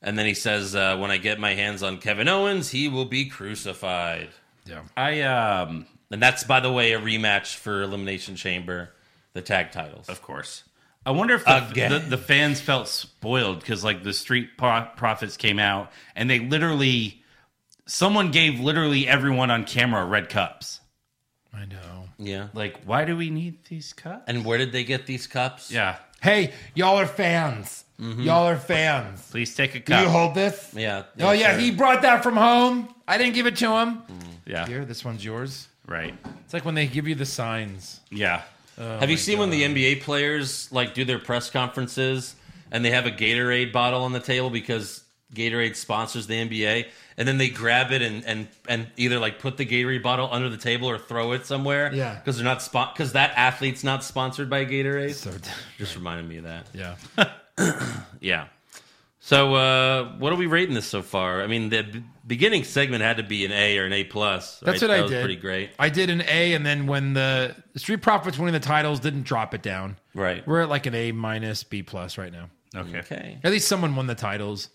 and then he says, uh, "When I get my hands on Kevin Owens, he will be crucified." Yeah. I um. And that's, by the way, a rematch for Elimination Chamber, the tag titles. Of course. I wonder if the, Again. the, the fans felt spoiled because, like, the Street Pro- Profits came out and they literally, someone gave literally everyone on camera red cups. I know. Yeah. Like, why do we need these cups? And where did they get these cups? yeah, Hey, y'all are fans. Mm-hmm. Y'all are fans. please take a Do cup. you hold this? Yeah. oh yeah, sure. he brought that from home. I didn't give it to him. yeah, Here, this one's yours. right. It's like when they give you the signs. Yeah, Have you seen when the NBA players like do their press conferences and they have a Gatorade bottle on the table because Gatorade sponsors the NBA, and then they grab it and and and either like put the Gatorade bottle under the table or throw it somewhere? Yeah. because they're not spot because that athlete's not sponsored by Gatorade. So Just reminded me of that. yeah. Yeah. So uh, what are we rating this so far? I mean, the b- beginning segment had to be an A or an A plus. That's right? what That I was did. Pretty great. I did an A, and then when the Street Profits winning the titles didn't drop it down. Right. We're at like an A minus B plus right now. okay. Okay. At least someone won the titles.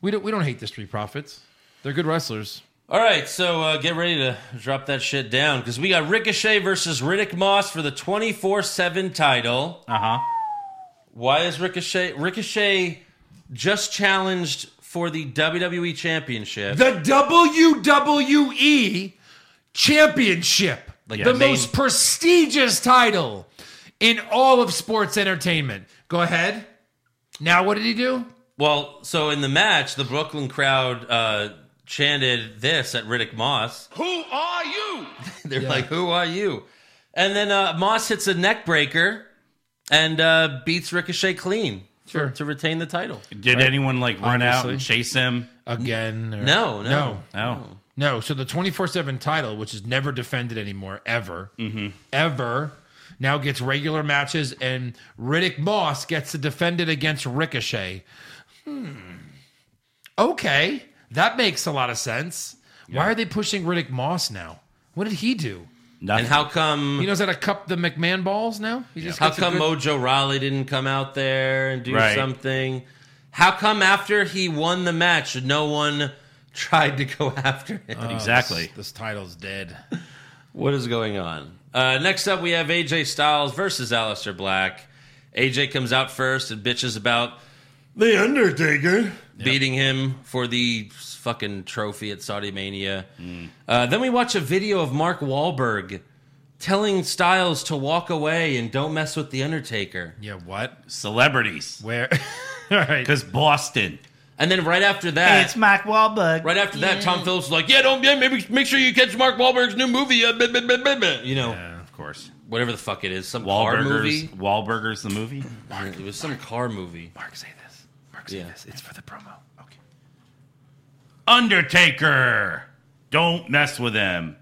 We don't we don't hate the Street Profits. They're good wrestlers. All right, so uh, get ready to drop that shit down because we got Ricochet versus Riddick Moss for the 24 7 title. Uh huh. Why is Ricochet? Ricochet just challenged for the WWE Championship. The WWE Championship, Like the the main- most prestigious title in all of sports entertainment. Go ahead. Now, what did he do? well, so in the match, the Brooklyn crowd uh, chanted this at Riddick Moss. Who are you? They're like, "Who are you?" And then uh, Moss hits a neck breaker and uh, beats Ricochet clean Sure. to retain the title. Did anyone like run out and chase him? Again? or- No, no. no. No. No, so the 24 7 title, which is never defended anymore, ever, Mm-hmm. ever, now gets regular matches, and Riddick Moss gets to defend it against Ricochet. Hmm. Okay, that makes a lot of sense. Why are they pushing Riddick Moss now? What did he do? Nothing. And how come? He knows how to cup the McMahon balls now? He just How gets a come good- Mojo Raleigh didn't come out there and do Right. something? How come after he won the match, no one tried to go after him? Uh. exactly. This title's dead. what is going on? Uh, next up, we have AJ Styles versus Aleister Black. AJ comes out first and bitches about The Undertaker beating him for the fucking trophy at Saudi Mania. Uh, then we watch a video of Mark Wahlberg telling Styles to walk away and don't mess with The Undertaker. Yeah, what? Celebrities. Where? All right. Because Boston. And then right after that, Hey, it's Mike Wahlberg. Right after that, Tom Phillips was like, "Yeah, don't yeah, maybe make sure you catch Mark Wahlberg's new movie, uh, blah, blah, blah, blah, blah." you know, Yeah, of course. whatever the fuck it is, some car Wahlburgers. movie. Wahlburgers, the movie. It was some car movie. Mark, say this. Mark, say Yeah. this. It's for the promo. Okay. Undertaker. Don't mess with him.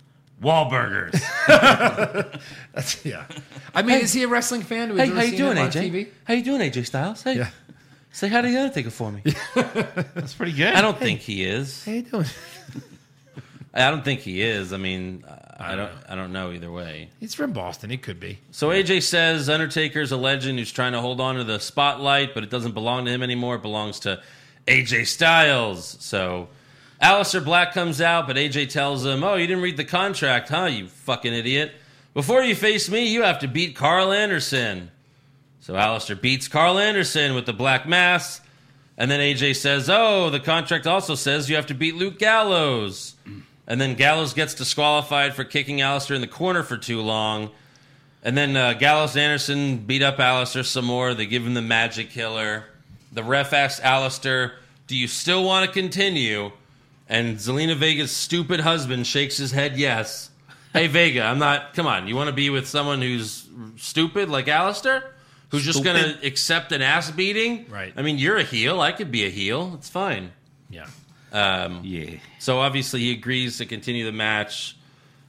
Wahlburgers. That's, yeah. I mean, is he a wrestling fan? We've never seen him on TV? How you doing, AJ Styles? Hey, Yeah. Say hi to the Undertaker for me. That's pretty good. I don't think he is. How you doing? I don't think he is. I mean, I I don't. I don't know either way. He's from Boston. He could be. So AJ says Undertaker's a legend who's trying to hold on to the spotlight, but it doesn't belong to him anymore. It belongs to AJ Styles. So Alistair Black comes out, but AJ tells him, "Oh, you didn't read the contract, huh? You fucking idiot! Before you face me, you have to beat Carl Anderson." So Alistair beats Carl Anderson with the black mass. And then AJ says, Oh, the contract also says you have to beat Luke Gallows. And then Gallows gets disqualified for kicking Alistair in the corner for too long. And then uh, Gallows and Anderson beat up Alistair some more. They give him the magic killer. The ref asks Alistair, Do you still want to continue? And Zelina Vega's stupid husband shakes his head, Yes. Hey, Vega, I'm not. Come on. You want to be with someone who's stupid like Alistair? Who's just Stupid. going to accept an ass beating? Right. I mean, you're a heel. I could be a heel. It's fine. Yeah. Yeah. So obviously he agrees to continue the match.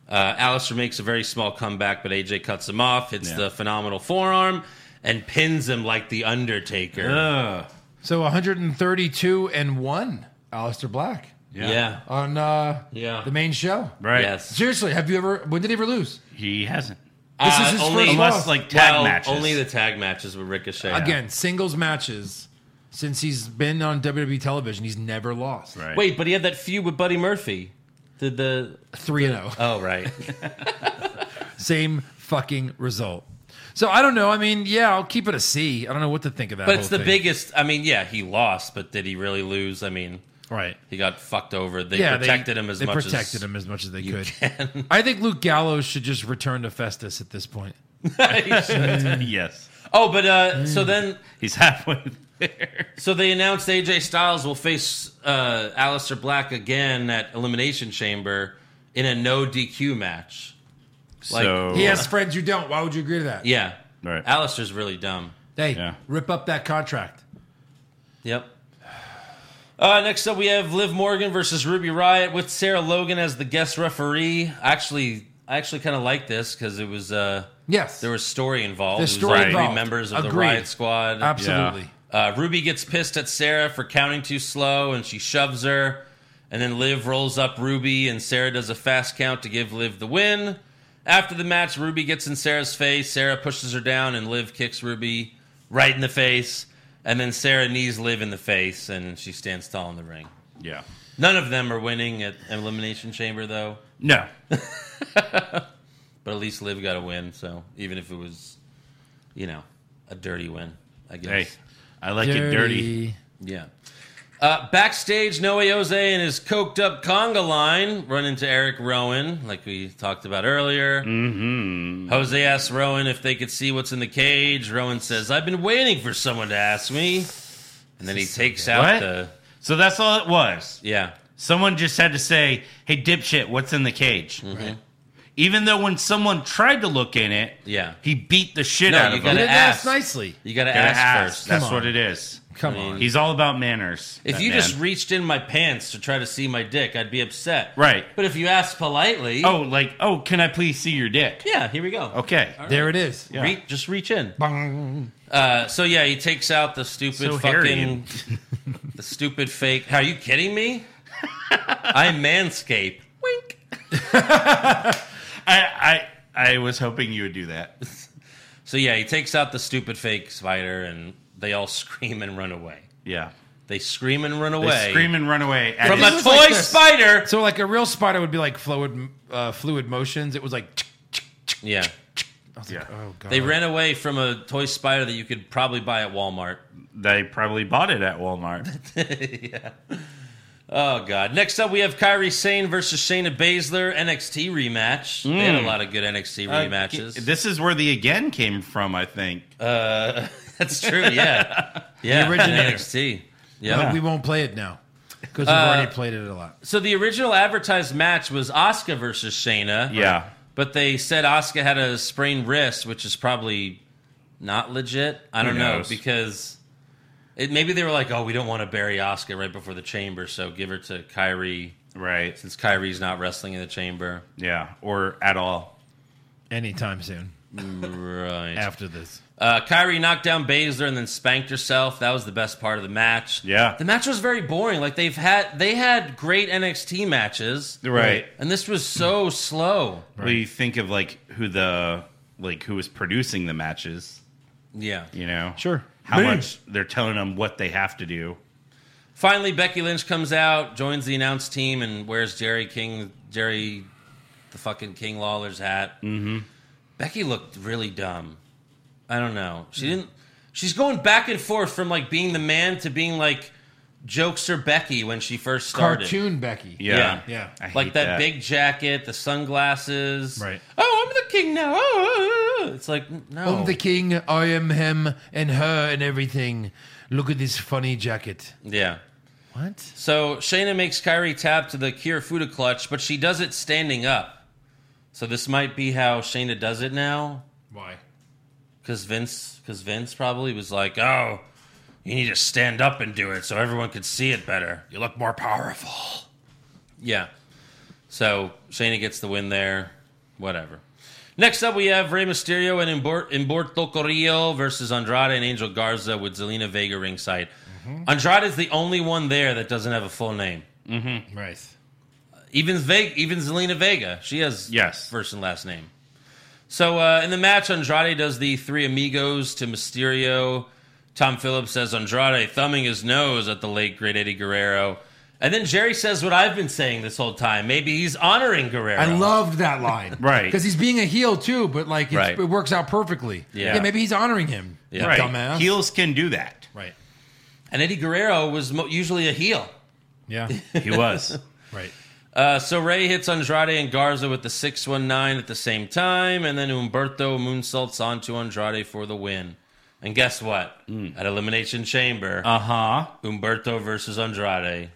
Uh, Alistair makes a very small comeback, but AJ cuts him off, hits Yeah. the phenomenal forearm, and pins him like the Undertaker. Ugh. So 132 and one, Alistair Black yeah. yeah. on uh, Yeah. the main show. Right. Yes. Seriously, have you ever? When did he ever lose? He hasn't. This Uh, is his only- first Unless loss. like tag well, matches. Only the tag matches with Ricochet. again singles matches since he's been on WWE television. He's never lost. right. Wait, but he had that feud with Buddy Murphy. Did the. Three and zero. Oh, right. Same fucking result. So I don't know. I mean, yeah, I'll keep it a C. I don't know what to think of that. But it's whole the thing. biggest. I mean, yeah, he lost, but did he really lose? I mean, right. he got fucked over. They yeah, they- protected him as they much as. protected him as much as they could. I think Luke Gallows should just return to Festus at this point. yes. Oh, but uh, so then He's halfway there. So they announced AJ Styles will face uh, Alistair Black again at Elimination Chamber in a no DQ match. Like- so He has friends you don't. Why would you agree to that? Yeah. Right. Alistair's really dumb. Hey, Yeah. rip up that contract. Yep. Uh, next up, we have Liv Morgan versus Ruby Riot with Sarah Logan as the guest referee. Actually, I actually kind of like this because it was uh, Yes, there was story involved. There's It was story like involved. Three members of the Agreed. Riot Squad. absolutely. Uh, Ruby gets pissed at Sarah for counting too slow and she shoves her. And then Liv rolls up Ruby and Sarah does a fast count to give Liv the win. After the match, Ruby gets in Sarah's face. Sarah pushes her down and Liv kicks Ruby right in the face. And then Sarah knees Liv in the face and she stands tall in the ring. yeah. None of them are winning at Elimination Chamber, though. No. But at least Liv got a win. So even if it was, you know, a dirty win, I guess. Hey, I like it dirty. Yeah. Uh, backstage, Noe Jose and his coked up conga line run into Eric Rowan, like we talked about earlier. Mm-hmm. Jose asks Rowan if they could see what's in the cage. Rowan says, I've been waiting for someone to ask me. And then he takes out What? the. So that's all it was. Yeah. Someone just had to say, "Hey, dipshit, what's in the cage?" Mm-hmm. Even though when someone tried to look in it, Yeah. he beat the shit No, you out of He gotta him. didn't ask ask. nicely. You got to Gotta ask, ask. first. That's Come what on. it is. Come on. He's all about manners. If that you man. just reached in my pants to try to see my dick, I'd be upset. Right. But if you ask politely. oh, like, oh, can I please see your dick? Yeah, here we go. Okay. There it is. Yeah. Re- just reach in. Bong. Uh, so yeah, he takes out the stupid So hairy. fucking, the stupid fake. Are you kidding me? I manscape. Wink. I, I I was hoping you would do that. So yeah, he takes out the stupid fake spider, and they all scream and run away. Yeah. They scream and run They away scream and run away. at from his- a was toy like this. spider. So like a real spider would be like fluid, uh, fluid motions. It was like. Yeah, I was Yeah. like, oh god. they ran away from a toy spider that you could probably buy at Walmart. they probably bought it at Walmart. Oh god. Next up, we have Kyrie Sane versus Shayna Baszler NXT rematch. They Mm. had a lot of good NXT Uh, rematches. This is where the again came from, I think. Uh-huh. That's true. Yeah, yeah. originator. NXT. Yeah. But we won't play it now because we've Uh, already played it a lot. So the original advertised match was Oscar versus Shayna. yeah. But they said Oscar had a sprained wrist, which is probably not legit. I don't know knows? because it, maybe they were like, "Oh, we don't want to bury Oscar right before the chamber, so give her to Kyrie Right. since Kyrie's not wrestling in the chamber." Yeah. Or at all. Anytime soon Right. after this. Uh, Kyrie knocked down Baszler and then spanked herself. That was the best part of the match. Yeah. the match was very boring. Like they've had they had great NXT matches, Right. And this was so slow. We think of like who the like who is producing the matches. Yeah. You know, Sure. How Me. much they're telling them what they have to do. Finally, Becky Lynch comes out, joins the announce team, and wears Jerry King, Jerry, the fucking King Lawler's hat. Mm-hmm. Becky looked really dumb. I don't know. She didn't. She's going back and forth from like being the man to being like jokester Becky when she first started. Cartoon Becky. Yeah, Yeah. I hate like that, big jacket, the sunglasses. Right. Oh, I'm the king now. Oh, it's like no. I'm the king, I am him, and her, and everything. Look at this funny jacket. yeah. What? So Shayna makes Kyrie tap to the Kirifuda clutch, but she does it standing up. So this might be how Shayna does it now, Why? because Vince, because Vince probably was like, "Oh, you need to stand up and do it so everyone could see it better." You look more powerful. Yeah. So Shayna gets the win there. Whatever. Next up, we have Rey Mysterio and Imbor- Umberto Carrillo versus Andrade and Angel Garza with Zelina Vega ringside. Andrade is the only one there that doesn't have a full name. Right. Even Vega, even Zelina Vega, she has Yes. first and last name. So uh, in the match, Andrade does the three amigos to Mysterio. Tom Phillips says Andrade thumbing his nose at the late great Eddie Guerrero, and then Jerry says what I've been saying this whole time. Maybe he's honoring Guerrero. I loved that line. Right. Because he's being a heel too, but like it's, Right. it works out perfectly. Yeah. maybe he's honoring him. Yeah. right. Dumbass. Heels can do that. Right. and Eddie Guerrero was mo- usually a heel. Yeah. He was. right. Uh, so Ray hits Andrade and Garza with the 619 at the same time, and then Umberto moonsaults onto Andrade for the win. And guess what? At Elimination Chamber, uh huh. Umberto versus Andrade.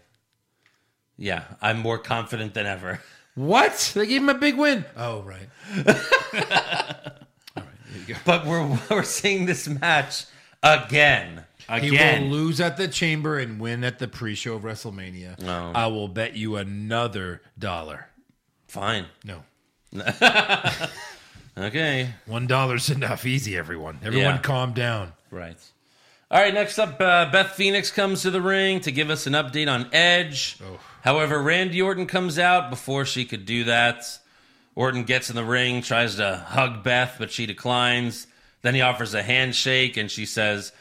Yeah, I'm more confident than ever. What? They gave him a big win. Oh, right. But we're we're seeing this match again. He Again. will lose at the chamber and win at the pre-show of WrestleMania. No. I will bet you another dollar. Fine. No. Okay. One dollar's enough. Easy, everyone. Everyone Yeah. calm down. Right. All right, next up, uh, Beth Phoenix comes to the ring to give us an update on Edge. However, Randy Orton comes out before she could do that. Orton gets in the ring, tries to hug Beth, but she declines. Then he offers a handshake, and she says,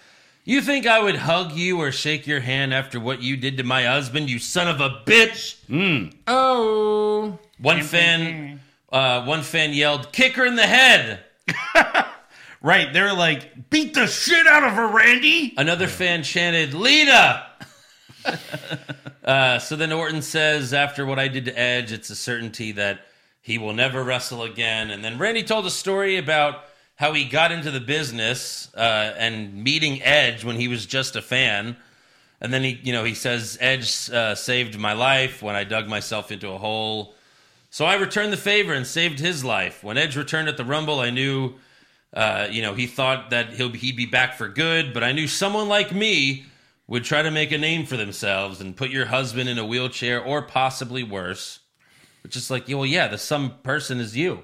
You think I would hug you or shake your hand after what you did to my husband, you son of a bitch? Oh. One fan, uh, one fan yelled, Kick her in the head. Right. They're like, beat the shit out of her, Randy. Another fan chanted, Lita! uh, so then Orton says, after what I did to Edge, it's a certainty that he will never wrestle again. And then Randy told a story about how he got into the business uh, and meeting Edge when he was just a fan. And then he, you know, he says, Edge uh, saved my life when I dug myself into a hole. So I returned the favor and saved his life. When Edge returned at the Rumble, I knew uh, you know, he thought that he'll he'd be back for good, but I knew someone like me would try to make a name for themselves and put your husband in a wheelchair or possibly worse. Which is like, yeah, well, yeah, the some person is you.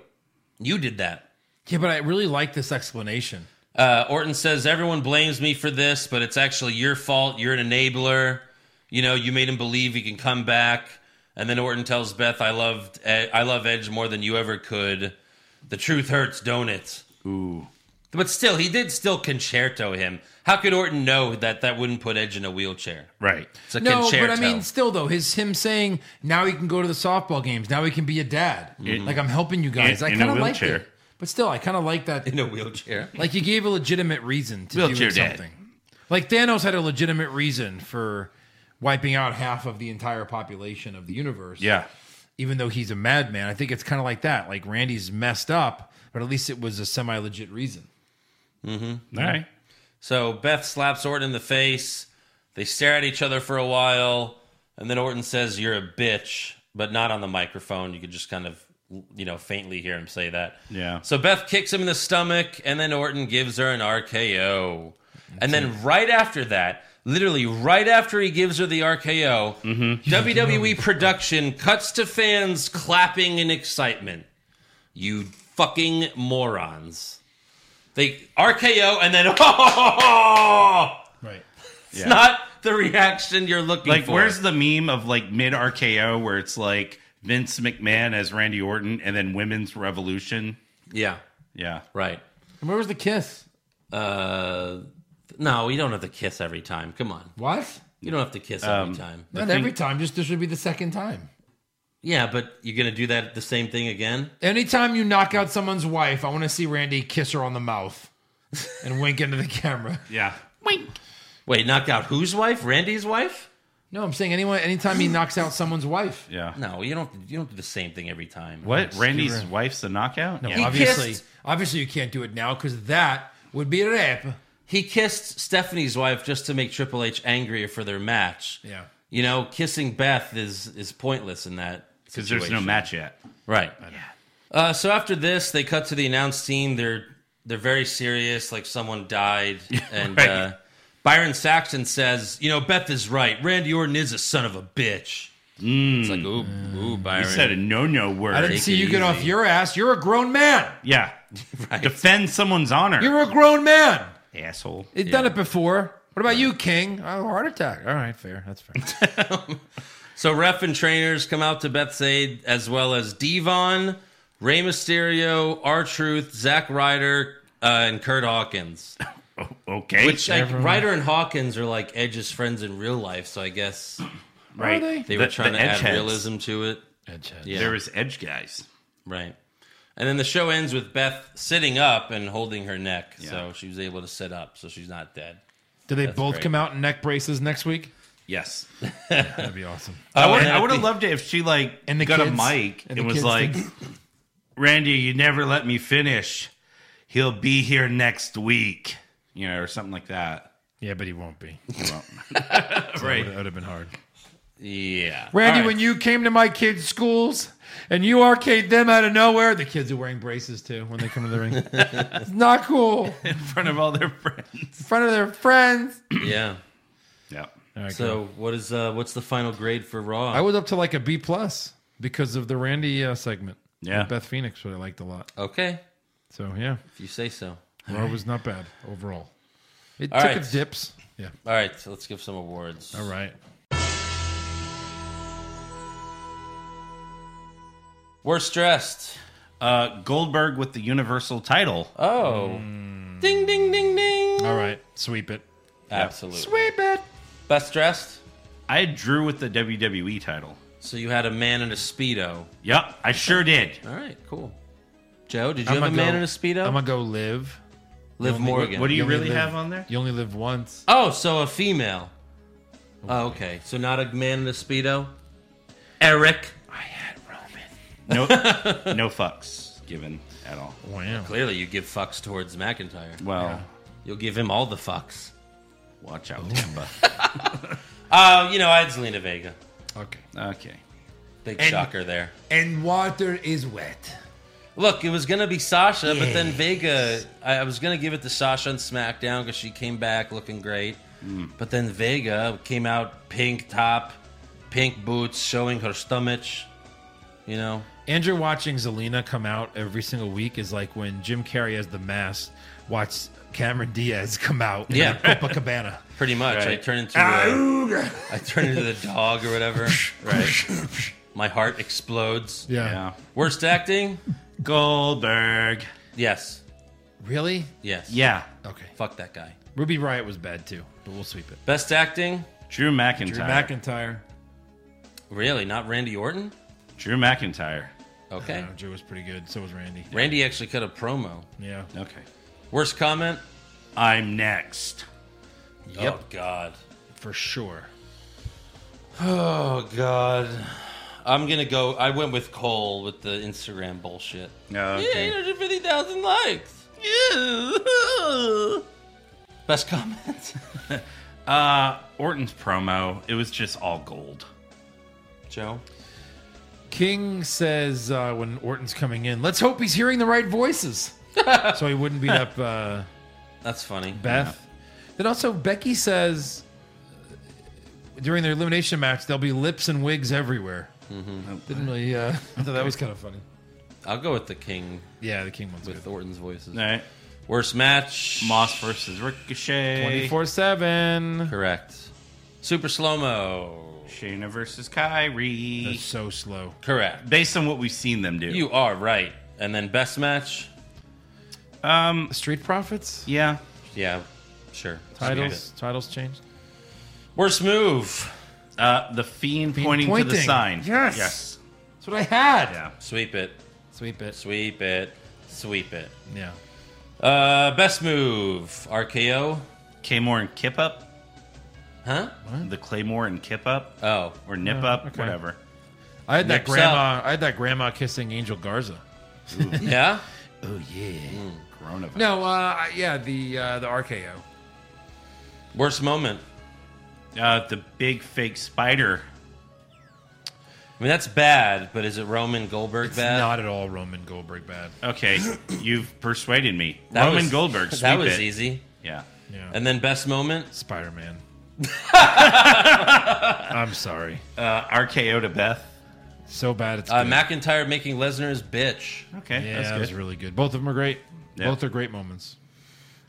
You did that. Yeah, but I really like this explanation. Uh, Orton says everyone blames me for this, but it's actually your fault. You're an enabler. You know, you made him believe he can come back. And then Orton tells Beth, "I loved, Ed- I love Edge more than you ever could. The truth hurts, don't it?" Ooh. But still, he did still concerto him. How could Orton know that that wouldn't put Edge in a wheelchair? Right. It's a No, concerto. but I mean, still though, his him saying now he can go to the softball games. Now he can be a dad. like I'm helping you guys. Mm-hmm. In- I in a kind of like wheelchair. it, but still, I kind of like that. in a wheelchair. Like you gave a legitimate reason to Wheelchair do dad. something. Like Thanos had a legitimate reason for wiping out half of the entire population of the universe. Yeah. Even though he's a madman, I think it's kind of like that. Like Randy's messed up, but at least it was a semi legit reason. All right. So Beth slaps Orton in the face. They stare at each other for a while, and then Orton says, "You're a bitch," but not on the microphone. You could just kind of, you know, faintly hear him say that. Yeah. So Beth kicks him in the stomach, and then Orton gives her an RKO. And then right after that, literally right after he gives her the RKO, WWE E production cuts to fans clapping in excitement. You fucking morons. They RKO and then oh, Right. it's not the reaction you're looking Like, for. where's the meme of like mid RKO where it's like Vince McMahon as Randy Orton and then Women's Revolution? yeah, Yeah. right. And where was the kiss? Uh, no, you don't have to kiss every time. Come on, What? you don't have to kiss Um, every time. Not every time. Just this would be the second time. Yeah, but you're gonna do that the same thing again. Anytime you knock out someone's wife, I want to see Randy kiss her on the mouth and wink into the camera. Yeah. Wait, knock out whose wife? Randy's wife? No, I'm saying anyone. Anytime he knocks out someone's wife, Yeah. No, you don't. You don't do the same thing every time. What? Randy's wife's a knockout? yeah. obviously, kissed- obviously you can't do it now because that would be rape. He kissed Stephanie's wife just to make Triple H angrier for their match. Yeah. You know, kissing Beth is is pointless in that Because there's no situation. match yet. Right. Uh, so after this, they cut to the announce team. They're they're very serious. Like someone died, and Right. uh, Byron Saxton says, "You know, Beth is right. Randy Orton is a son of a bitch." It's like, ooh, ooh, Byron. Mm. You said a no no word. I didn't Take see it you get easy. off your ass. You're a grown man. yeah. Defend someone's honor. You're a grown man. asshole. You've done it before. What about you, King? Oh, heart attack. All right, fair. That's fair. So ref and trainers come out to Beth's aid, as well as Devon, Rey Mysterio, R Truth, Zack Ryder, uh, and Kurt Hawkins. Oh, Okay. Which like, Ryder and Hawkins are like Edge's friends in real life, so I guess right. Are they? they were The- trying the to add edgeheads. realism to it. Yeah. There was edge guys. Right. And then the show ends with Beth sitting up and holding her neck, so she was able to sit up, so she's not dead. Do they both great. come out in neck braces next week? Yes. That'd be awesome. I would and I would have the- loved it if she like And the got a kids. mic And and, the was kids like, did. Randy, you never let me finish. He'll be here next week. You know, or something like that. Yeah, but he won't be. Right. That would have been hard. Yeah. All Randy, right. when you came to my kids' schools and you arcade them out of nowhere, the kids are wearing braces too when they come to the ring. it's not cool in In front of all their friends. front of their friends. Yeah. Yeah. So what is uh what's the final grade for Raw? I was up to like a B plus because of the Randy uh, segment. Yeah. Beth Phoenix, what I liked a lot. okay, So yeah, if you say so. Raw was not bad overall. It All took right. its dips. Yeah. All right, so let's give some awards. All right. Worst dressed. Uh, Goldberg with the Universal title. Oh. Ding ding ding ding. Hmm. All right. Sweep it. Absolutely. Sweep it. Best dressed. I drew with the WWE title. So you had a man in a speedo. Yep, I sure did. All right, cool. Joe, did you I'ma have a man go- in a speedo? I'm gonna go live. Liv Morgan. What do you You'll need really to- have on there? You only live once. Oh, so a female. Oh, okay. So not a man in a speedo. Eric. No, no fucks given at all. Wow. Clearly, you give fucks towards McIntyre. Well, You'll give him all the fucks. watch out, Tampa. Uh, you know, I had Zelina Vega. Okay. Okay. Big shocker there. And water is wet. Look, it was gonna be Sasha, but then Vega. I, I was gonna give it to Sasha on SmackDown because she came back looking great. But then Vega came out pink top, pink boots, showing her stomach. You know, Andrew watching Zelina come out every single week is like when Jim Carrey as the mask watched Cameron Diaz come out. in Yeah. Copacabana. pretty much. I Right. turn into Ah, a, I turn into the dog or whatever. right. My heart explodes. Yeah. Worst acting? Goldberg. Yes. Really? Yes. Yeah. Okay. Fuck that guy. Ruby Riot was bad too, but we'll sweep it. Best acting? Drew McIntyre. Drew, Drew McIntyre. Really? Not Randy Orton? McIntyre. Okay. No, Drew was pretty good. So was Randy. Randy actually cut a promo. Yeah. Okay. Worst comment? I'm next. Oh God. For sure. Oh God. I'm gonna go. I went with Cole with the Instagram bullshit. Yeah, 850,000 likes. Yeah. Best comment, Uh, Orton's promo. It was just all gold. Joe. King says uh, when Orton's coming in, let's hope he's hearing the right voices. so he wouldn't beat up uh, That's funny. Beth. Then also Becky says uh, during their elimination match there'll be lips and wigs everywhere. Didn't really. Uh, I thought that was kind of funny. I'll go with the King Yeah, the King one's with good. Orton's voices. All right. Worst match. Moss versus Ricochet. 24 7. Correct. Super slow mo. Shayna versus Kyrie. That's so slow. Correct. Based on what we've seen them do. You are right. And then best match. um, Street Profits? yeah. Yeah, sure. Titles titles changed. Worst move. Uh, the fiend, pointing, to the pointing. sign. Yes. Yes. That's what I had. Yeah. Sweep it. Sweep it. Sweep it. Sweep it. Yeah. Uh, best move. RKO. Claymore and Kip up. Huh? The Claymore and Kip up. Oh. Or Nip Yeah, up. okay. Whatever. I had that Next grandma. I had that grandma kissing Angel Garza. Yeah. Oh, yeah. Coronavirus. No, uh, yeah, the uh, the RKO. Worst moment. Uh, the big fake spider. I mean, that's bad, but is it Roman Goldberg It's bad? not at all Roman Goldberg bad. Okay. You've persuaded me. That Roman was- Goldberg. Sweep That was it. easy. Yeah. Yeah. And then best moment. Spider Man. I'm sorry. Uh, RKO to Beth. So bad it's Uh, good. McIntyre making Lesnar his bitch. Okay. yeah, that's that good. was really good. Both of them are great. Yeah. Both are great moments.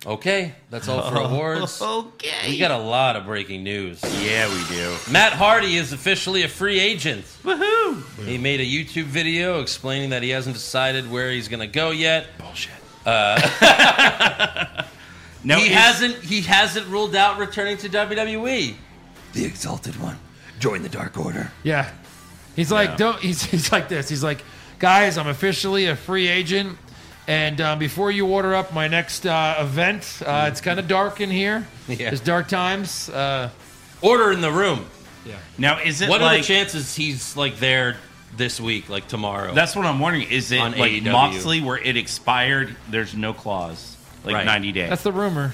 Okay, that's all for awards. Okay. We got a lot of breaking news. yeah, we do. Matt Hardy is officially a free agent. Woohoo! He made a YouTube video explaining that he hasn't decided where he's going to go yet. Bullshit. No, he hasn't he hasn't ruled out returning to E. WWE. The Exalted One. Join the Dark Order. Yeah. He's like, Yeah. don't. He's, he's like this. He's like, guys, I'm officially a free agent. And um, before you order up my next uh, event, uh, it's kind of dark in here. Hmm. Yeah. It's dark times. Uh, Order in the room. yeah. Now, is it What are like the chances he's like there this week, like tomorrow? that's what I'm wondering? Is it On like AEW? Moxley where it expired? There's no clause, like Right. 90 days. That's the rumor.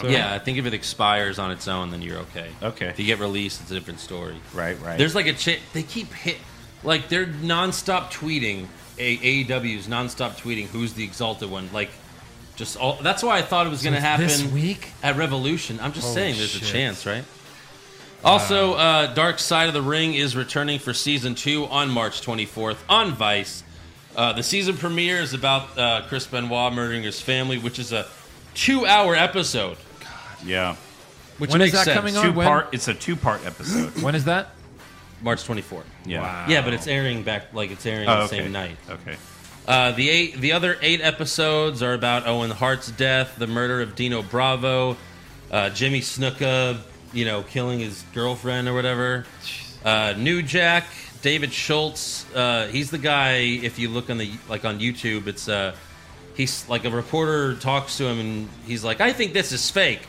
So- yeah, I think if it expires on its own, then you're okay. Okay. If you get released, it's a different story. right, right. There's like a cha- they keep hit like they're nonstop tweeting a- AEW's nonstop tweeting who's the exalted one like just all that's why I thought it was going to happen This week? at Revolution. I'm just Holy saying there's shit. a chance, right? Also, uh, Dark Side of the Ring is returning for season two on March 24th on Vice. Uh, the season premiere is about uh, Chris Benoit murdering his family, which is a two-hour episode. yeah, Which When is makes that sense. coming on? two when- part. It's a two part episode. When is that? March 24th. Yeah. Yeah, but it's airing back like it's airing Oh, the okay. same night. Okay. Uh, the eight, the other eight episodes are about Owen Hart's death, the murder of Dino Bravo, uh, Jimmy Snuka, you know, killing his girlfriend or whatever. Uh, New Jack, David Schultz. Uh, he's the guy. If you look on the like on YouTube, it's uh, he's like a reporter talks to him and he's like, "I think this is fake,"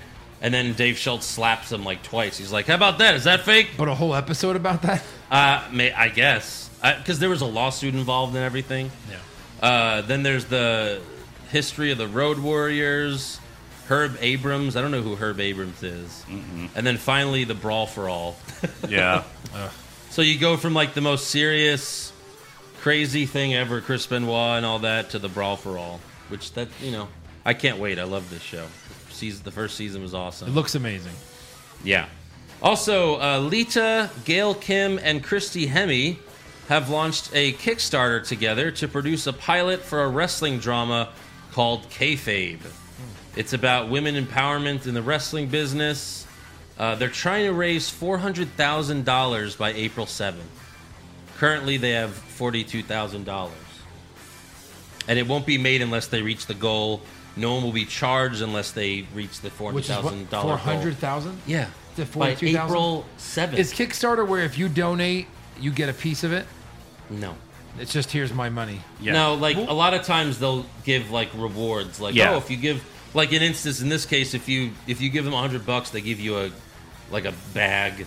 and then Dave Schultz slaps him like twice. He's like, "How about that? Is that fake?" But a whole episode about that? Uh, may, I guess because there was a lawsuit involved and everything. Yeah. Uh, then there's the history of the Road Warriors, Herb Abrams. I don't know who Herb Abrams is. And then finally, the Brawl for All. Yeah. so you go from like the most serious, crazy thing ever, Chris Benoit and all that, to the Brawl for All, which that, you know, I can't wait. I love this show. Season, the first season was awesome. It looks amazing. Yeah. Also, uh, Lita, Gail Kim, and Christy Hemme have launched a Kickstarter together to produce a pilot for a wrestling drama called Kayfabe. It's about women empowerment in the wrestling business. Uh, they're trying to raise four hundred thousand dollars by April seventh. Currently, they have forty-two thousand dollars, and it won't be made unless they reach the goal. No one will be charged unless they reach the four hundred Which is thousand what? dollar goal. 400,000? Yeah. To By 42,000? April 7th. Is Kickstarter where if you donate, you get a piece of it? no. It's just here's my money. Yeah. No, like a lot of times they'll give like rewards like Yeah. oh if you give like an instance in this case if you if you give them 100 bucks they give you a like a bag.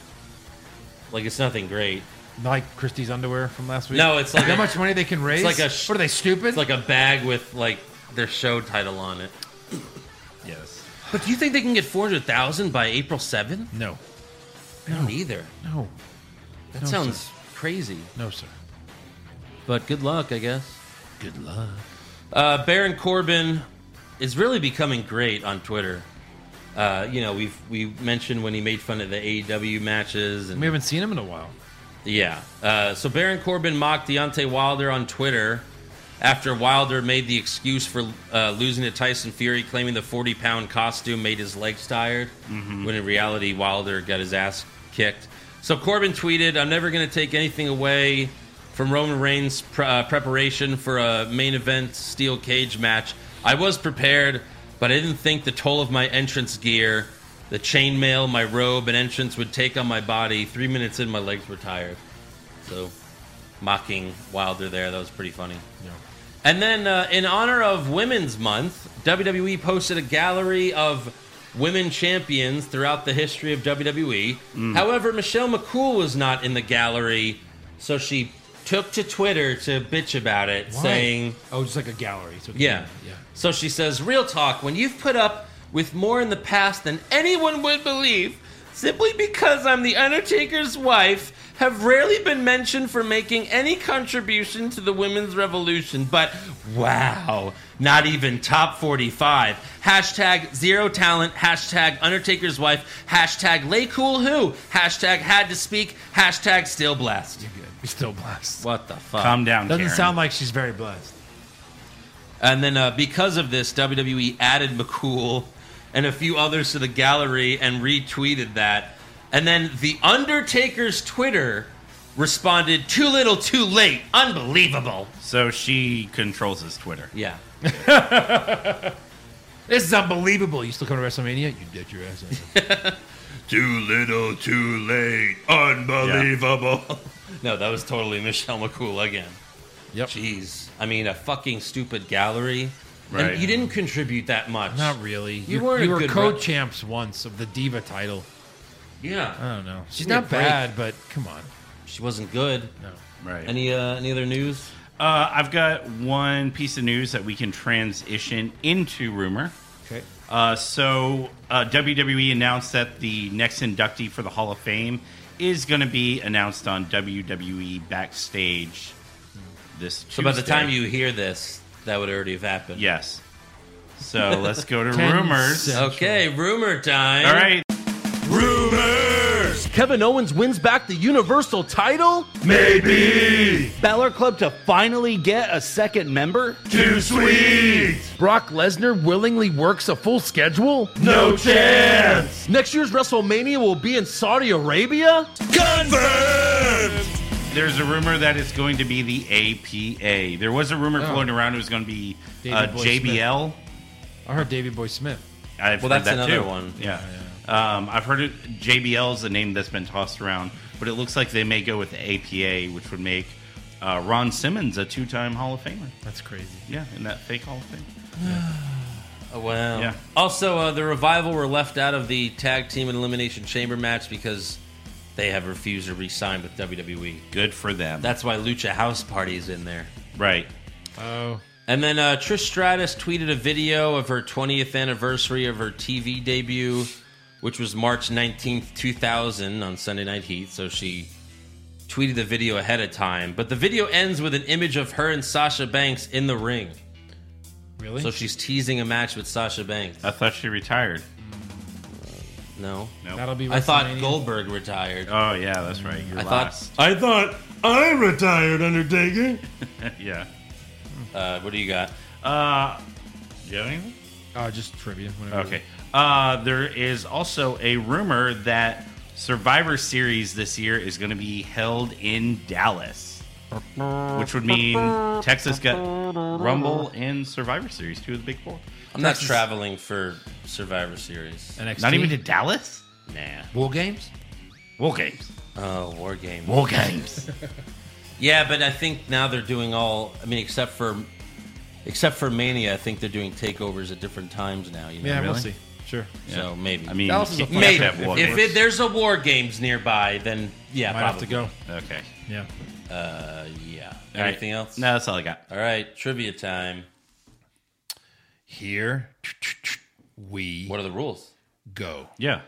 Like it's nothing great. Like Christie's underwear from last week. No, it's like how a- much money they can raise? like a sh- what are they stupid? It's like a bag with like their show title on it. Yes. But do you think they can get 400,000 by April 7th? no, No, not either. no, That No, sounds crazy. no, sir. But good luck, I guess. Good luck. Uh, Baron Corbin is really becoming great on Twitter. Uh, you know, we've we mentioned when he made fun of the AEW matches, and We haven't seen him in a while. yeah. Uh, so Baron Corbin mocked Deontay Wilder on Twitter after Wilder made the excuse for uh, losing to Tyson Fury, claiming the 40 pound costume made his legs tired, Mm-hmm. when in reality, Wilder got his ass kicked. So Corbin tweeted, I'm never going to take anything away from Roman Reigns' pre- uh, preparation for a main event steel cage match. I was prepared, but I didn't think the toll of my entrance gear, the chainmail, my robe, and entrance would take on my body. Three minutes in, my legs were tired. So, mocking Wilder there. That was pretty funny. And then, uh, in honor of Women's Month, WWE posted a gallery of women champions throughout the history of WWE. However, Michelle McCool was not in the gallery, so she took to Twitter to bitch about it, saying, oh, just like a gallery. So yeah. yeah. So she says, Real talk, when you've put up with more in the past than anyone would believe, simply because I'm The Undertaker's wife, have rarely been mentioned for making any contribution to the women's revolution. But wow, not even top 45. Hashtag zero talent, hashtag Undertaker's wife, hashtag lay cool who, hashtag had to speak, hashtag still blessed. You're still blessed. What the fuck? Calm down, Doesn't Karen. sound like she's very blessed. And then uh, because of this, WWE added McCool and a few others to the gallery and retweeted that. And then The Undertaker's Twitter responded, too little, too late. Unbelievable. so she controls his Twitter. Yeah. This is unbelievable. You still come to WrestleMania? You did your ass. off. Too little, too late. Unbelievable. No, that was totally Michelle McCool again. Yep. Jeez. I mean, a fucking stupid gallery. Right. And you didn't contribute that much. Not really. You weren't You a were good co-champs once of the Diva title. Yeah. I don't know. She's Give me a not break. bad, but come on. She wasn't good. No. Right. Any uh, any other news? Uh, I've got one piece of news that we can transition into rumor. Okay. Uh, so uh, WWE announced that the next inductee for the Hall of Fame is going to be announced on WWE Backstage this Tuesday. So by the time you hear this, that would already have happened. yes, so let's go to Ten rumors. sec- Okay, rumor time. All right, Kevin Owens wins back the Universal title? Maybe. Balor Club to finally get a second member? Too sweet. Brock Lesnar willingly works a full schedule? No chance. Next year's WrestleMania will be in Saudi Arabia? there's a rumor that it's going to be the APA. There was a rumor Oh. floating around it was going to be uh, David Boy JBL. I heard Davy Boy Smith. I've Well, that's heard that another too. one. Yeah. Um, I've heard it, JBL is a name that's been tossed around, but it looks like they may go with the APA, which would make uh, Ron Simmons a two-time Hall of Famer. That's crazy. Yeah, in that fake Hall of Fame. Oh, wow. Yeah. Also, uh, the Revival were left out of the Tag Team and Elimination Chamber match because they have refused to re sign with WWE. Good for them. That's why Lucha House Party is in there. right. Oh, And then uh, Trish Stratus tweeted a video of her 20th anniversary of her TV debut, which was March 19th, 2000, on Sunday Night Heat. So she tweeted the video ahead of time. But the video ends with an image of her and Sasha Banks in the ring. really? So she's teasing a match with Sasha Banks. I thought she retired. No. No. That'll be. I thought WrestleMania. Goldberg retired. Oh yeah, that's right. You're I last. thought. I thought. I retired, Undertaker. yeah. Uh, what do you got? Uh, do you have anything? Oh, just trivia. Whatever. Okay. Uh, there is also a rumor that Survivor Series this year is going to be held in Dallas, which would mean Texas got Rumble and Survivor Series, two of the big four. I'm not traveling for Survivor Series. NXT. Not even to Dallas? Nah. War games? War games. Oh, War Games. War games. Yeah, but I think now they're doing all. I mean, except for except for Mania, I think they're doing takeovers at different times now. You know? Yeah, we'll Really? see. Sure. So maybe. I mean, Dallas is a you fun- can't maybe have war if games. it, there's a War Games nearby, then yeah, Might have to probably. go. okay. Yeah. Uh, yeah. All right. Anything else? No, that's all I got. All right, trivia time. Here we What are the rules? go. Yeah.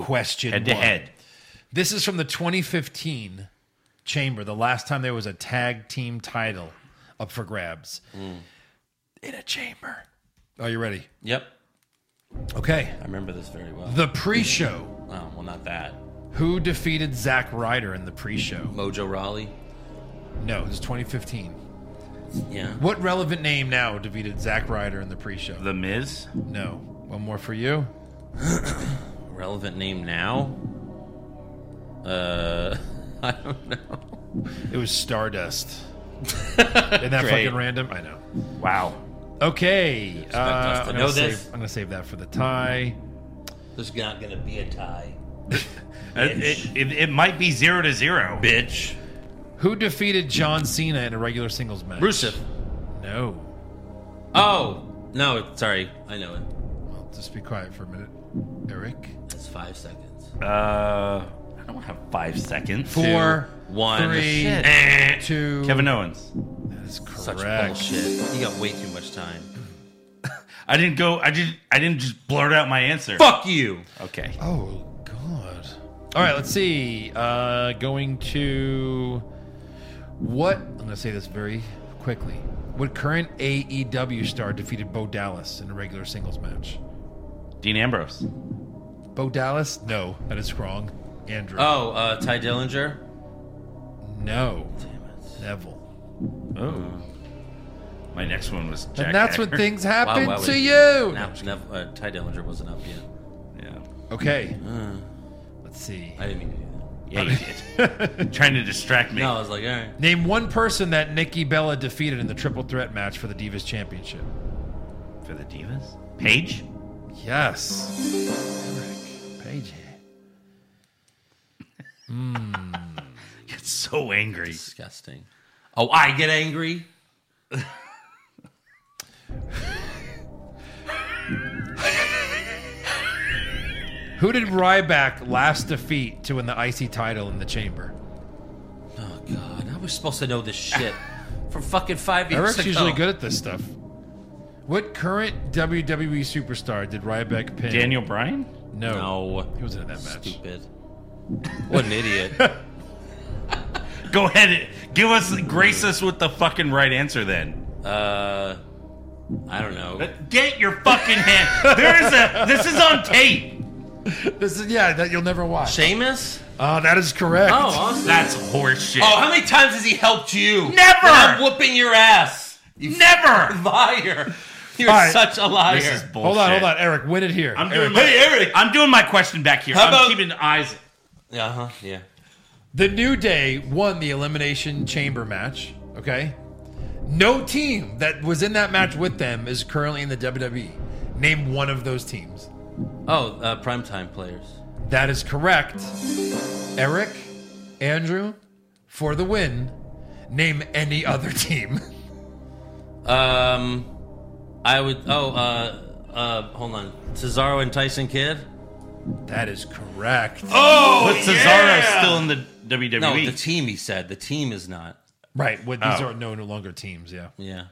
Question Head to one. head. This is from the 2015 Chamber, the last time there was a tag team title up for grabs in a chamber. Mm. Are you ready? Yep, Okay. I remember this very well. The pre show. oh, well, not that. Who defeated Zack Ryder in the pre show? Mojo Raleigh. No, this is 2015. Yeah. What relevant name now defeated Zack Ryder in the pre-show? The Miz. no. One more for you. Relevant name now? Uh, I don't know. It was Stardust. Isn't that Great. fucking random? I know. Wow. Okay. Dustin. Uh, I'm, gonna Know save, this. I'm gonna save that for the tie. There's not gonna be a tie, It, it- it- it might be zero to zero. bitch. Who defeated John Cena in a regular singles match? Rusev. No. Oh no, sorry, I know it. Well, just be quiet for a minute, Eric. That's five seconds. Uh, I don't have five seconds. Four, one. three, Shit. eh, two. Kevin Owens. that is correct. Such bullshit. You got way too much time. I didn't go. I just. I didn't just blurt out my answer. Fuck you. Okay. Oh god. All right, let's see. Uh, going to what? I'm gonna say this very quickly. What current AEW star defeated Bo Dallas in a regular singles match? Dean Ambrose. Bo Dallas? No, that is wrong. Andrew? Oh, uh, Ty Dillinger. no. Neville. Oh. My next one was. Jack and that's Hager. when things happen wow, to wait. you. No, nev- uh, Ty Dillinger wasn't up yet. Yeah. Okay. Uh. Let's see. I didn't mean to do that. Yeah, you did. Trying to distract me. No, I was like, all right. Name one person that Nikki Bella defeated in the triple threat match for the Divas Championship. For the divas. Paige. Yes. Eric, Paige. Gets so angry. Disgusting. Oh, I get angry. Who did Ryback last defeat to win the IC title in the chamber? Oh God, I was supposed to know this shit from fucking five years Eric's ago. usually good at this stuff. What current WWE superstar did Ryback pin? Daniel Bryan. No. No, He wasn't in that match. stupid. What an idiot. Go ahead. Give us. Grace us with the fucking right answer then. Uh, I don't know. Get your fucking hand. There is a. This is on tape. This is yeah, that you'll never watch. Seamus? Oh, that is correct. Oh, awesome. That's horseshit. Oh, how many times has he helped you? Never. When I'm whooping your ass. You Never. liar. You're All right. such a liar. This is bullshit. hold on, hold on, Eric, win it here. I'm Eric, doing my. I'm doing my question back here. How I'm about- keeping eyes. Yeah, huh? Uh-huh, Yeah. The New Day won the Elimination Chamber match, okay? No team that was in that match with them is currently in the WWE. Name one of those teams. Oh, uh, primetime players. That is correct. Eric, Andrew, for the win. Name any other team. Um, I would. Oh, uh, uh, hold on. Cesaro and Tyson Kidd. That is correct. but Cesaro's still in the E. WWE. Oh, No, the team. He said the team is not. Right. What these Oh. are no, no longer teams, yeah. Yeah.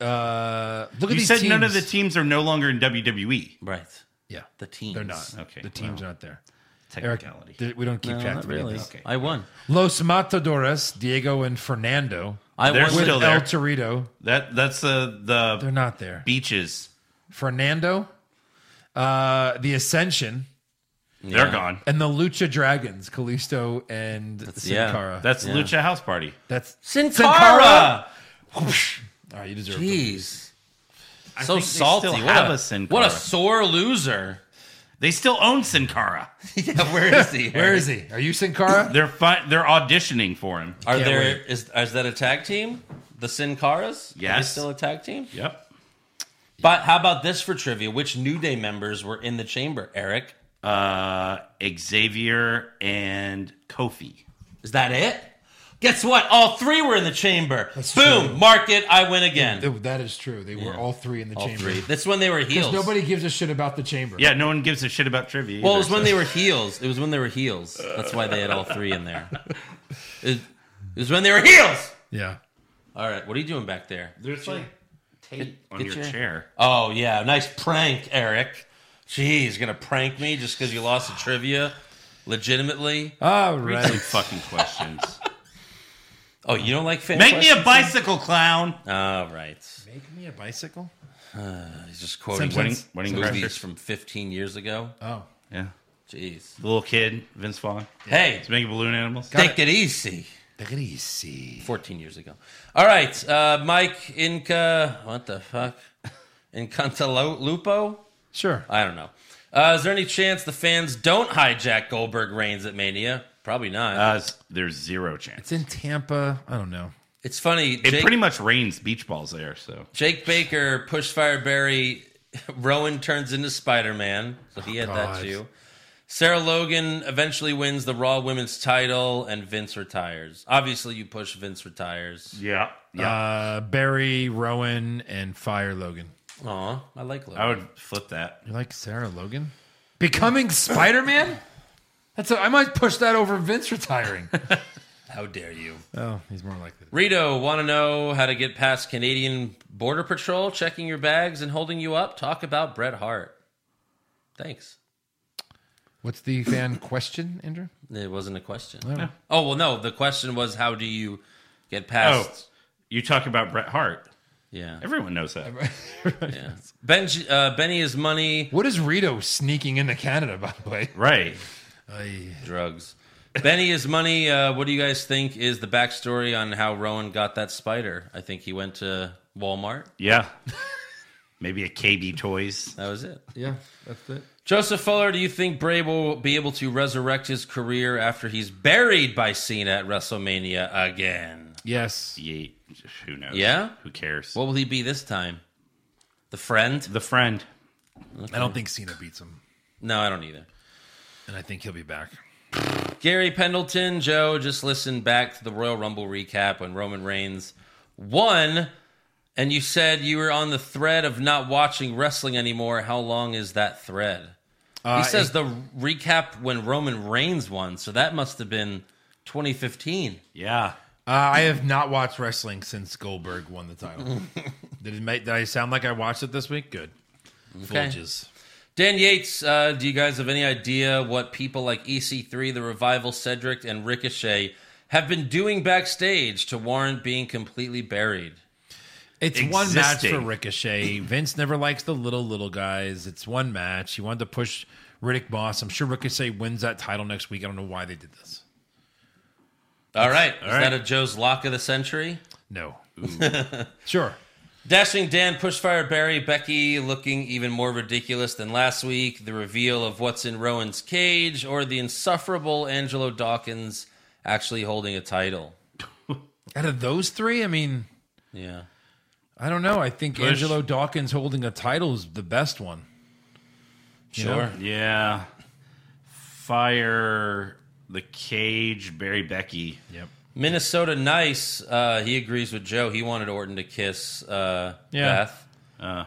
Uh look at you these said teams. none of the teams are no longer in E. WWE. Right. Yeah. The teams. They're not. Okay, The teams are not there. Eric, Technicality. th- we don't keep No, track not of any of really. these. I won. Los Matadores, Diego and Fernando. I They're won. still with- there. El Torito. that that's uh, the They're not there. beaches. Fernando, uh, the Ascension, They're gone. and the Lucha Dragons, Kalisto and Sin yeah. Cara. That's Yeah. Lucha House Party. That's Sin Sin Cara! Cara. All right, you deserve it. Jeez. So think they salty. still What have a, a Sin what a Cara. sore loser. They still own Sin Cara. yeah, where is he? Where is he? Are you Sin Cara? They're fi- They're auditioning for him. Are Can't there is is that a tag team? The Sin Caras? Are they Yes. still a tag team? Yep. But how about this for trivia? Which New Day members were in the chamber? Eric, Uh, Xavier and Kofi. is that it? Guess what? All three were in the chamber. Boom! Mark it. I win again. Th- that is true. They were Yeah. all three in the All chamber. three. That's when they were heels. Nobody gives a shit about the chamber. Yeah, no one gives a shit about trivia. Well, it either, was when so- they were heels. It was when they were heels. That's why they had all three in there. It, it was when they were heels. Yeah. All right. What are you doing back there? There's like tape on get your, your- chair. Oh yeah, nice prank, Eric. Jeez, gonna prank me just because you lost the trivia, legitimately. All Some right. fucking questions. Oh, you don't like fan Make me a questions? bicycle clown. All right. Make me a bicycle? He's just quoting Simpsons. Wedding, wedding movies crashers. from 15 years ago. Oh. Yeah. Jeez. The little kid, Vince Vaughn. Hey, He's making balloon animals. take it easy. Parisi. 14 years ago. All right, uh, Mike Inca. What the fuck? Incantalupo? Sure. I don't know. Uh, is there any chance the fans don't hijack Goldberg Reigns at Mania? Probably not. Uh, s- there's zero chance. It's in Tampa. I don't know. it's funny. It Jake, pretty much rains beach balls there, so Jake Baker pushed Fireberry. Rowan turns into Spider Man. So he had that God. too. Sarah Logan eventually wins the Raw Women's title, and Vince retires. Obviously, you push Vince retires. yeah, Uh, Barry, Rowan, and Fire Logan. Aw, I like Logan. I would flip that. You like Sarah Logan? Becoming Spider Man? That's a, I might push that over Vince retiring. How dare you? Oh, he's more likely. to- Rito, want to know how to get past Canadian Border Patrol checking your bags and holding you up? Talk about Bret Hart. Thanks. What's the fan question, Andrew? It wasn't a question. Oh, well, no. The question was how do you get past. You talk about Bret Hart. Yeah. Everyone knows that. yeah. Benji, uh, Benny is money, What is Rito sneaking into Canada, by the way? Right. drugs. Benny is money. Uh, what do you guys think is the backstory on how Rowan got that spider? I think he went to Walmart. Yeah. Maybe a KB Toys. That was it. Yeah, that's it. Joseph Fuller, do you think Bray will be able to resurrect his career after he's buried by Cena at WrestleMania again? Yes. Ye- Who knows? Yeah? Who cares? What will he be this time? The friend? the friend. I don't think Cena beats him, No, I don't either. and I think he'll be back. Gary Pendleton, Joe, just listen back to the Royal Rumble recap when Roman Reigns won, and you said you were on the thread of not watching wrestling anymore. How long is that thread? Uh, he says the recap when Roman Reigns won, so that must have been 2015. Yeah. uh, I have not watched wrestling since Goldberg won the title. did, it make, did I sound like I watched it this week? Good. Okay. Fooges. Dan Yates, uh, do you guys have any idea what people like EC3, The Revival, Cedric, and Ricochet have been doing backstage to warrant being completely buried? It's one match for Existing. Ricochet. Vince never likes the little little guys. It's one match. He wanted to push Riddick Boss. I'm sure Ricochet wins that title next week. I don't know why they did this. All right. Is that a Joe's lock of the century? No. sure. Dashing Dan, Pushfire Barry, Becky looking even more ridiculous than last week. The reveal of what's in Rowan's cage, or the insufferable Angelo Dawkins actually holding a title. Out of those three, I mean, Yeah. I don't know. I think Angelo Dawkins holding a title is the best one. Sure. Yeah. Fire the cage, Barry Becky. Yep. Minnesota Nice, uh, he agrees with Joe. He wanted Orton to kiss uh, Yeah. Beth. Uh,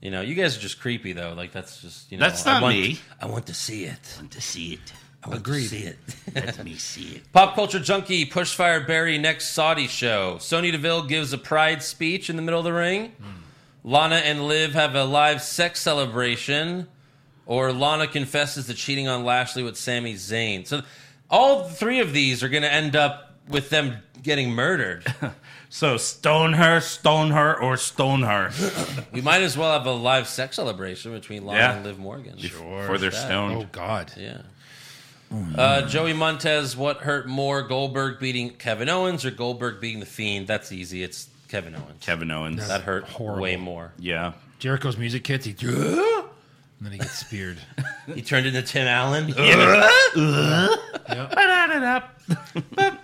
You know, you guys are just creepy, though. Like, that's just, you know. That's I not want- me. I want to see it. to see it. I want Agreed. to see it. Let me see it. Pop culture junkie, push fire Barry next Saudi show. Sony Deville gives a pride speech in the middle of the ring. Lana and Liv have a live sex celebration, or Lana confesses to cheating on Lashley with Sami Zayn. So, all three of these are going to end up with them getting murdered. So stone her, stone her, or stone her we might as well have a live sex celebration between Lana Yeah. and Liv Morgan. for their Oh stone. God. Yeah. Uh, Joey Montez, what hurt more, Goldberg beating Kevin Owens or Goldberg beating The Fiend? That's easy. It's Kevin Owens. Kevin Owens. that hurt horrible. way more. yeah. Jericho's music hits. He and then he gets speared. He turned into Tim Allen.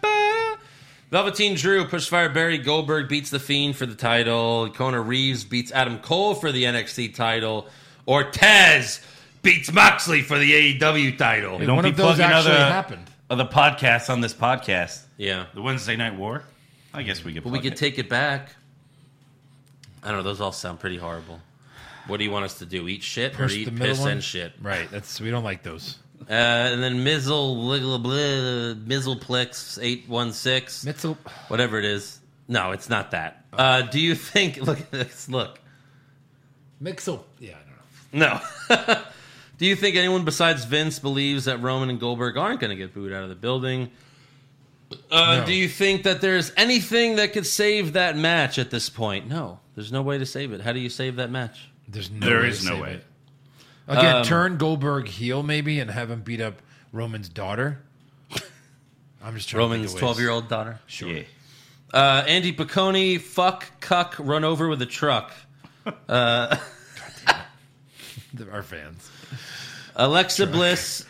Velveteen Drew, push fire Barry Goldberg beats the Fiend for the title. Kona Reeves beats Adam Cole for the NXT title. Ortez beats Moxley for the AEW title. Don't one be of those plugging actually other, happened. other podcasts on this podcast. Yeah, The Wednesday Night War? I guess we could but we plug could it. take it back. I don't know. Those all sound pretty horrible. What do you want us to do? Eat shit Push or the eat middle piss one? and shit? Right. That's we don't like those. Uh, and then Mizzle, Liggle, Blah, Mizzleplex, 816, Mitzel. whatever it is. No, it's not that. Uh, do you think, look at this, look. Mixel. Yeah, I don't know. No. do you think anyone besides Vince believes that Roman and Goldberg aren't going to get booed out of the building? Uh, No. Do you think that there's anything that could save that match at this point? No, there's no way to save it. How do you save that match? There's no There way is to no save way. it. Um, Again, turn Goldberg heel maybe and have him beat up Roman's daughter. I'm just trying Roman's to think of ways. 12 year old daughter. Sure. Yeah. Uh, Andy Piccone, fuck, cuck, run over with a truck. Our fans. Alexa Bliss,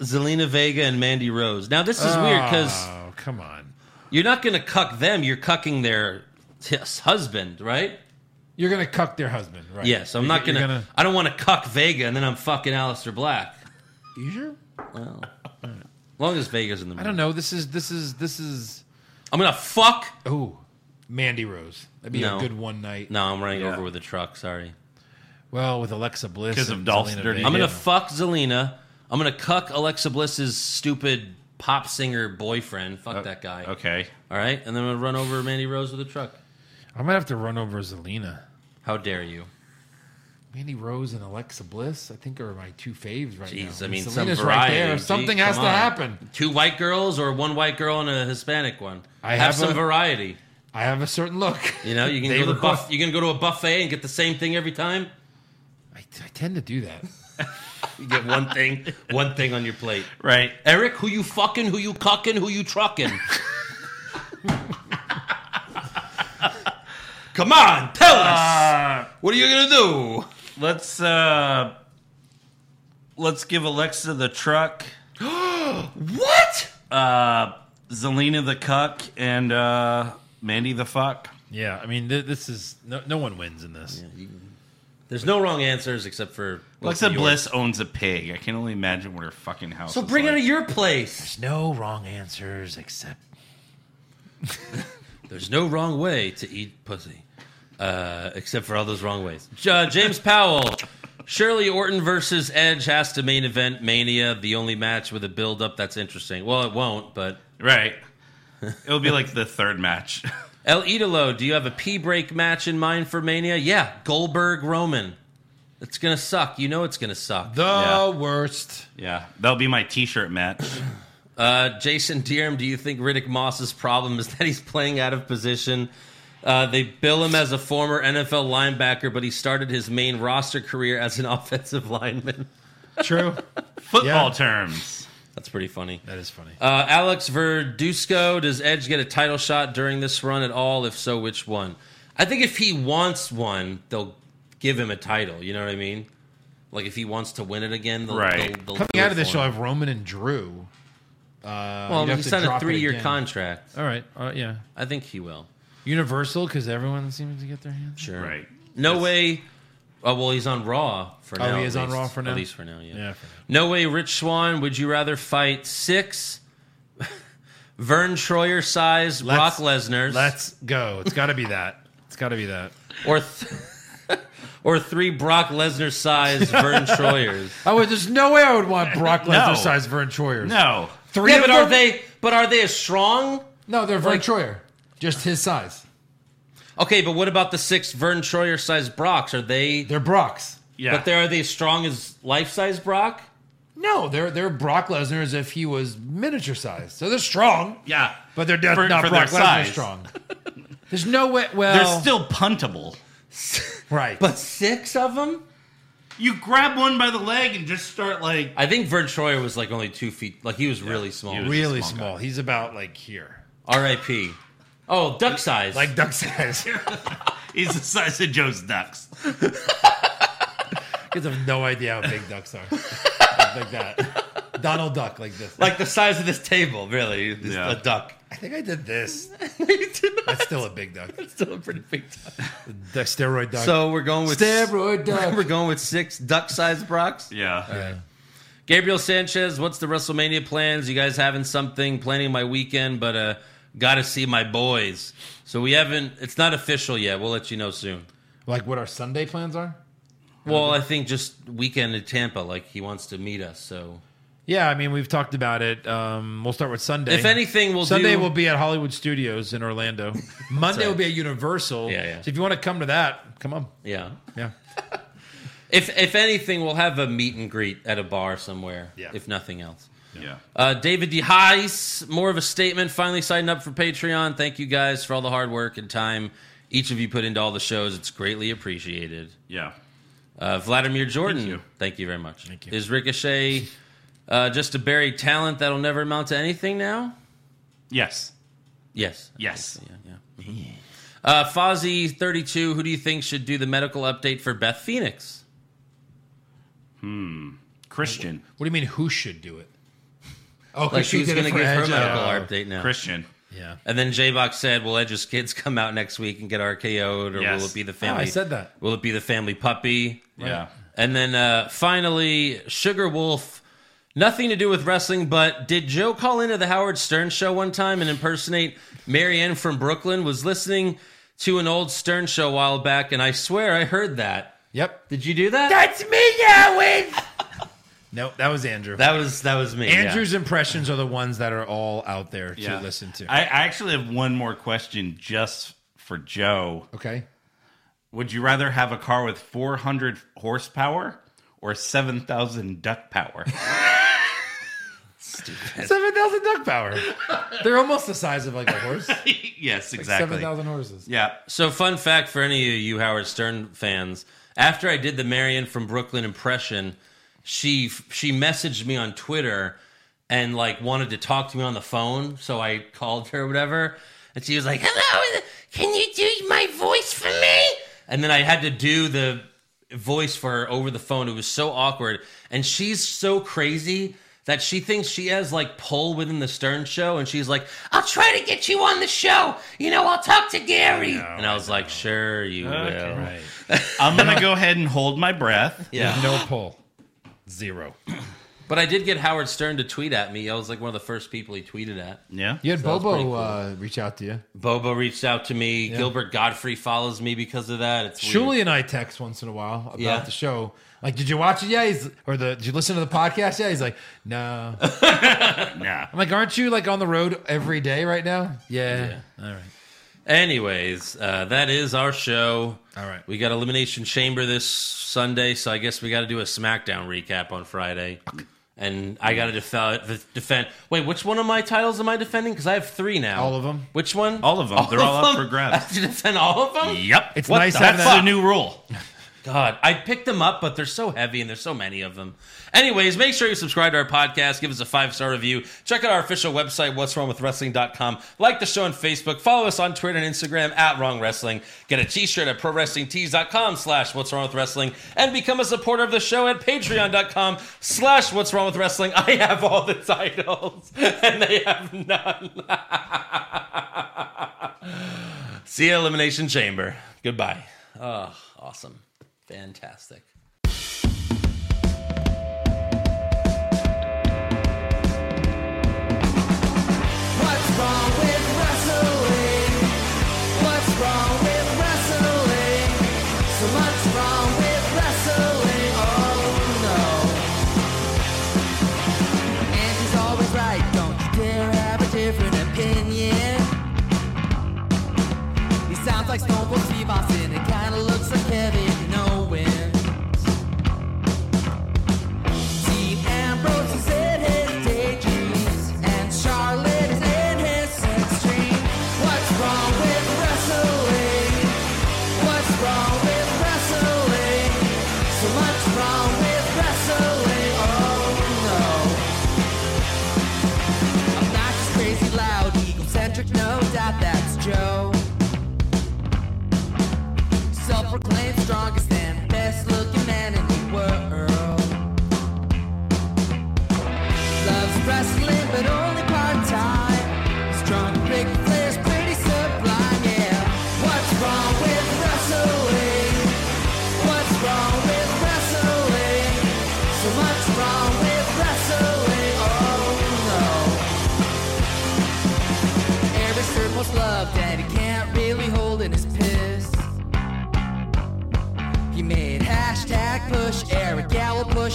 Zelina Vega, and Mandy Rose. Now, this is weird because Oh, come on. you're not going to cuck them, you're cucking their t- husband, right? You're going to cuck their husband, right? Yes, I'm You're- not you're gonna, I don't want to cuck Vega, and then I'm fucking Alistair Black. You sure? Well, long as Vega's in the I middle, don't know. This is this is this is. I'm gonna fuck. Oh, Mandy Rose. That'd be No. a good one night. No, I'm running Yeah. over with a truck. Sorry, Well, with Alexa Bliss 'Cause of and Dolph's Zelina dirty Vega. I'm gonna Yeah. fuck Zelina. I'm gonna cuck Alexa Bliss's stupid pop singer boyfriend. Oh, Fuck that guy. Okay. All right, and then I'm gonna run over Mandy Rose with a truck. I might have to run over Zelina. How dare you? Mandy Rose and Alexa Bliss, I think, are my two faves right Jeez, now. I mean, Selena's some right variety. there. Gee, Something come has on. to happen. Two white girls or one white girl and a Hispanic one. I have, have some a- variety. I have a certain look. You know, you can They go to the require- buff, you can go to a buffet and get the same thing every time. I, I tend to do that. You get one thing, one thing on your plate. Right. Eric, who you fucking, who you cucking, who you trucking? Come on, tell us. Uh, What are you gonna do? let's uh, let's give Alexa the truck, What? uh, Zelina the cuck, and uh, Mandy the fuck. Yeah, I mean, th- this is no, no one wins in this. There's no wrong answers except for Alexa yours. Bliss owns a pig. I can only imagine what her fucking house. So is bring it like. to your place. No wrong answers except There's no wrong way to eat pussy, uh, except for all those wrong ways. J- uh, James Powell, Shirley Orton versus Edge has to main event Mania, the only match with a build up that's interesting. Well, it won't, but Right. It'll be like the third match. El Idolo, do you have a pee break match in mind for Mania? Yeah, Goldberg Roman. It's gonna suck. You know it's gonna suck. the Yeah. worst. yeah, that'll be my T-shirt match. Uh, Jason Deerham, do you think Riddick Moss's problem is that he's playing out of position? Uh, they bill him as a former NFL linebacker, but he started his main roster career as an offensive lineman. True. Football Yeah. terms. That's pretty funny. that is funny. Uh, Alex Verduzco, does Edge get a title shot during this run at all? If so, which one? I think if he wants one, they'll give him a title. You know what I mean? Like if he wants to win it again, they'll, Right. they'll- they'll do Coming it out of this, for show, I him. have Roman and Drew. Uh, well, you'd have he to signed a drop it three-year again. contract. All right. All right. Yeah. I think he will. Universal, because everyone seems to get their hands. Sure. Right. No way. Oh, well, he's on Raw for Oh, now. he at is on least. Raw for now? At least for now, yeah. Yeah. For now. No way, Rich Swan. Would you rather fight six Vern Troyer size Brock Let's- Lesnar's Let's go. It's got to be that. It's got to be that. or th- or three Brock Lesnar size Vern Troyers? I would. Oh, There's no way I would want Brock Lesnar No. size Vern Troyers. No. Three Yeah, of but them? are they? But are they as strong? No, they're Vern Troyer. Just his size. Okay, but what about the six Vern Troyer size Brocks? Are they? They're Brocks. Yeah. But they are they as strong as life size Brock? No, they're they're Brock Lesnar as if he was miniature sized. So they're strong, yeah. but they're definitely For- not for their Brock Lesnar size. strong. There's no way. They're Well, still puntable. right. But six of them? You grab one by the leg and just start like I think Vern Troyer was like only two feet. Like he was really small. he was- really Small guy. small. He's about like here, R.I.P. Oh, duck size. like duck size. he's the size of Joe's ducks. Kids have no idea how big ducks are. like that. Donald Duck, like this. like the size of this table, really. This, Yeah. A duck. I think I did this. That's That's still a big duck. still a pretty big duck. The steroid duck. So we're going with steroid duck. we're going with six duck-sized Brocks. Yeah. Gabriel Sanchez, what's the WrestleMania plans? You guys having something? Planning my weekend, but uh, gotta see my boys. So we haven't. It's not official yet. We'll let you know soon. like what our Sunday plans are? Well, I think just weekend in Tampa. Like he wants to meet us. So Yeah, I mean we've talked about it. Um, we'll start with Sunday. If anything, we'll Sunday do- will be at Hollywood Studios in Orlando. Monday will be at Universal. Yeah, yeah. So if you want to come to that, come on. yeah. Yeah, If if anything, we'll have a meet and greet at a bar somewhere. Yeah. If nothing else. Yeah. Uh, David DeHeis, more of a statement, finally signing up for Patreon. Thank you guys for all the hard work and time each of you put into all the shows. It's greatly appreciated. Yeah. Uh, Vladimir Jordan, you. very much. Thank you. Is Ricochet uh, just a buried talent that'll never amount to anything now? Yes. Yes. Yes. Yeah. yeah. Uh, Fozzie thirty two. Who do you think should do the medical update for Beth Phoenix? Christian. What do you mean? Who should do it? Oh, Like because she who's did going it to for give her Edge. medical Oh. update now? Christian. Yeah. And then Javox said, "Will Edge's kids come out next week and get RKO'd, or Yes. will it be the Oh, family? I said that. Will it be the family puppy? Yeah. And then uh, finally, Sugar Wolf. Nothing to do with wrestling, but did Joe call into the Howard Stern show one time and impersonate Marianne from Brooklyn? Was listening to an old Stern show a while back, and I swear I heard that. Yep. Did you do that? No, that was Andrew. that was that was me. yeah. Andrew's impressions are the ones that are all out there to Yeah. listen to. I, I actually have one more question just for Joe. okay. Would you rather have a car with 400 horsepower or 7,000 duck power? Seven thousand duck power. They're almost the size of like a horse. yes, exactly. Seven thousand horses. yeah. So, fun fact for any of you Howard Stern fans: after I did the Marion from Brooklyn impression, she she messaged me on Twitter and like wanted to talk to me on the phone. So I called her, or whatever, and she was like, "Hello, can you do my voice for me?" And then I had to do the voice for her over the phone. It was so awkward, and she's so crazy. That she thinks she has like pull within the Stern show, and she's like, "I'll try to get you on the show. You know, I'll talk to Gary." and I was like, "Sure, you will." I'm going to go ahead and hold my breath. Yeah. No pull. Zero. But I did get Howard Stern to tweet at me. I was like one of the first people he tweeted at. Yeah. You had Sounds Bobo pretty cool. uh, reach out to you. Bobo reached out to me. Gilbert Godfrey follows me because of that. It's weird. Julie and I text once in a while about Yeah. the show. Like, did you watch it? Yeah, he's or the did you listen to the podcast? Yeah, he's like, no. Yeah. I'm like, aren't you like on the road every day right now? Yeah. All right. Anyways, uh, that is our show. All right. We got Elimination Chamber this Sunday, so I guess we got to do a SmackDown recap on Friday. And I got to def- defend. Wait, which one of my titles am I defending? Because I have three now. All of 'em? Which one? All of 'em. They're all up for grabs. I have to defend all of them. Yep. It's What nice the- having That's that- the new rule. God, I picked them up, but they're so heavy and there's so many of them. Anyways, make sure you subscribe to our podcast, give us a five star review, check out our official website, what's wrong with wrestling.com, like the show on Facebook, follow us on Twitter and Instagram at Wrong Wrestling, get a t shirt at pro wrestling tees.com slash what's wrong with wrestling, and become a supporter of the show at patreon.com slash what's wrong with wrestling. I have all the titles and they have none. See you, at Elimination Chamber. Goodbye. Oh, awesome. Fantastic. What's wrong with wrestling? What's wrong with wrestling? So much wrong with wrestling. Oh no. And she's always right. Don't you dare have a different opinion. He sounds like Stone Cold Steve Austin. It kinda looks like Kevin Owens. Dean Ambrose is in his daydreams, and Charlotte is in his sex dream. What's wrong with wrestling? What's wrong with wrestling? So much wrong with wrestling. Oh no. I'm not just crazy loud, egocentric, no doubt that's Joe. Self-proclaimed strongest and best-looking man in the world. Loves wrestling, but only part-time. His drunk big player's pretty sublime, yeah. What's wrong with wrestling? What's wrong with wrestling? So much wrong with wrestling, oh no. Every circle's love that he can't really hold in his piss. He made hashtag push Eric Gallo push